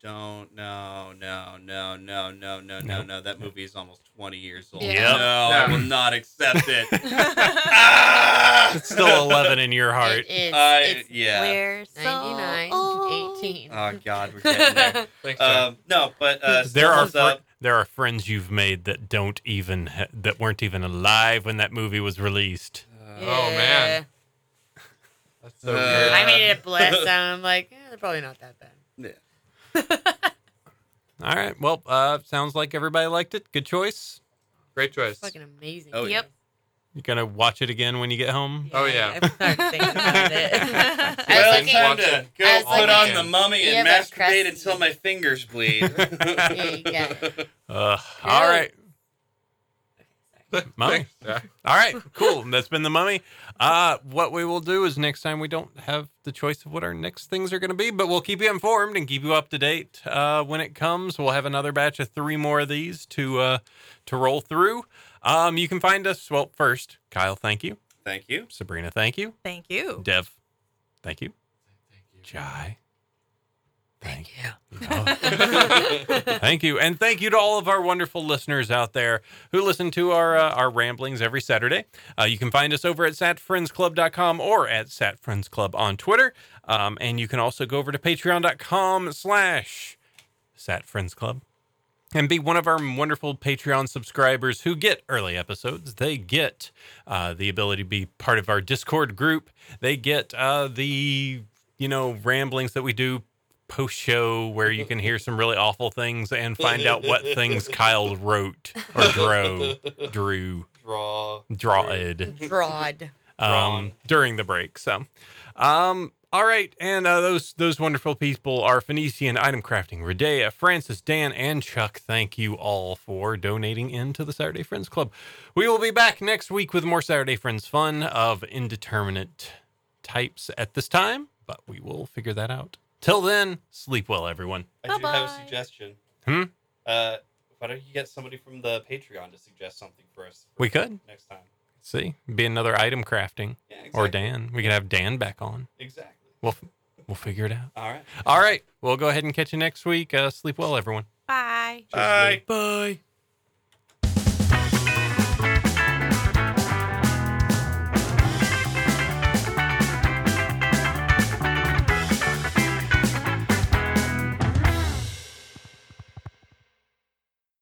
Speaker 3: Don't no no no no no no no
Speaker 2: Nope.
Speaker 3: no. That movie is almost 20 years old.
Speaker 6: Yep.
Speaker 3: No, I
Speaker 5: Yeah.
Speaker 3: will not accept it.
Speaker 4: Mhm.
Speaker 3: ah!
Speaker 2: It's still 11 in your heart.
Speaker 6: It is.
Speaker 3: I-
Speaker 6: it's
Speaker 3: yeah.
Speaker 4: We're so
Speaker 6: 99,
Speaker 4: old.
Speaker 6: 18.
Speaker 3: Oh God, we're getting there.
Speaker 5: Thanks, John.
Speaker 3: um, no, but uh, still
Speaker 2: there are
Speaker 3: holds up.
Speaker 2: fr- there are friends you've made that don't even ha- that weren't even alive when that movie was released.
Speaker 3: Uh,
Speaker 5: Oh, man. That's so
Speaker 3: Uh,
Speaker 5: weird.
Speaker 6: I made it a blessed and I'm like, eh, they're probably not that bad.
Speaker 2: All right. Well, uh, sounds like everybody liked it. Good choice.
Speaker 5: Great choice.
Speaker 6: Fucking amazing.
Speaker 3: Oh, yeah.
Speaker 6: Yep.
Speaker 2: You gonna watch it again when you get home?
Speaker 5: Oh, yeah.
Speaker 6: I started thinking about it. I was
Speaker 3: well,
Speaker 6: looking-
Speaker 3: it's time
Speaker 5: Watch
Speaker 3: to
Speaker 5: it.
Speaker 3: go
Speaker 6: I was
Speaker 3: put
Speaker 6: looking-
Speaker 3: on the mummy
Speaker 6: You
Speaker 3: and
Speaker 6: have a
Speaker 3: masturbate
Speaker 6: crusty-
Speaker 3: until my fingers bleed.
Speaker 6: yeah, you got it.
Speaker 2: Uh, all right. Mummy.
Speaker 5: Thanks, Jack.
Speaker 2: All right. Cool. That's been the mummy. Uh, what we will do is next time we don't have the choice of what our next things are going to be, but we'll keep you informed and keep you up to date uh, when it comes. We'll have another batch of three more of these to uh, to roll through. Um, you can find us. Well, first, Kyle, thank you.
Speaker 3: Thank you.
Speaker 2: Sabrina, thank you.
Speaker 4: Thank you.
Speaker 2: Dev, thank you. Jai. Thank you. thank you. And thank you to all of our wonderful listeners out there who listen to our uh, our ramblings every Saturday. Uh, you can find us over at satfriendsclub.com or at satfriendsclub on Twitter. Um, and you can also go over to patreon.com slash satfriendsclub and be one of our wonderful Patreon subscribers who get early episodes. They get uh, the ability to be part of our Discord group. They get uh, the you know ramblings that we do post show where you can hear some really awful things and find out what things Kyle wrote or drew, drew,
Speaker 3: Draw.
Speaker 2: drawed
Speaker 6: Broad.
Speaker 2: um,
Speaker 3: Wrong.
Speaker 2: during the break. So, um, all right, and uh, those those wonderful people are Phoenician Item Crafting, Redea, Francis, Dan, and Chuck. Thank you all for donating into the Saturday Friends Club. We will be back next week with more Saturday Friends fun of indeterminate types at this time, but we will figure that out. Till then, sleep well, everyone.
Speaker 3: I do have
Speaker 4: Bye-bye.
Speaker 3: a suggestion.
Speaker 2: Hmm?
Speaker 3: Uh, why don't you get somebody from the Patreon to suggest something for us
Speaker 2: We could
Speaker 3: next time?
Speaker 2: see be another item crafting
Speaker 3: Yeah, exactly.
Speaker 2: or Dan. We could have Dan back on.
Speaker 3: Exactly.
Speaker 2: We'll We'll figure it out.
Speaker 3: All right.
Speaker 2: All right. We'll go ahead and catch you next week. Uh, sleep well, everyone.
Speaker 4: Bye.
Speaker 3: Bye.
Speaker 2: Bye.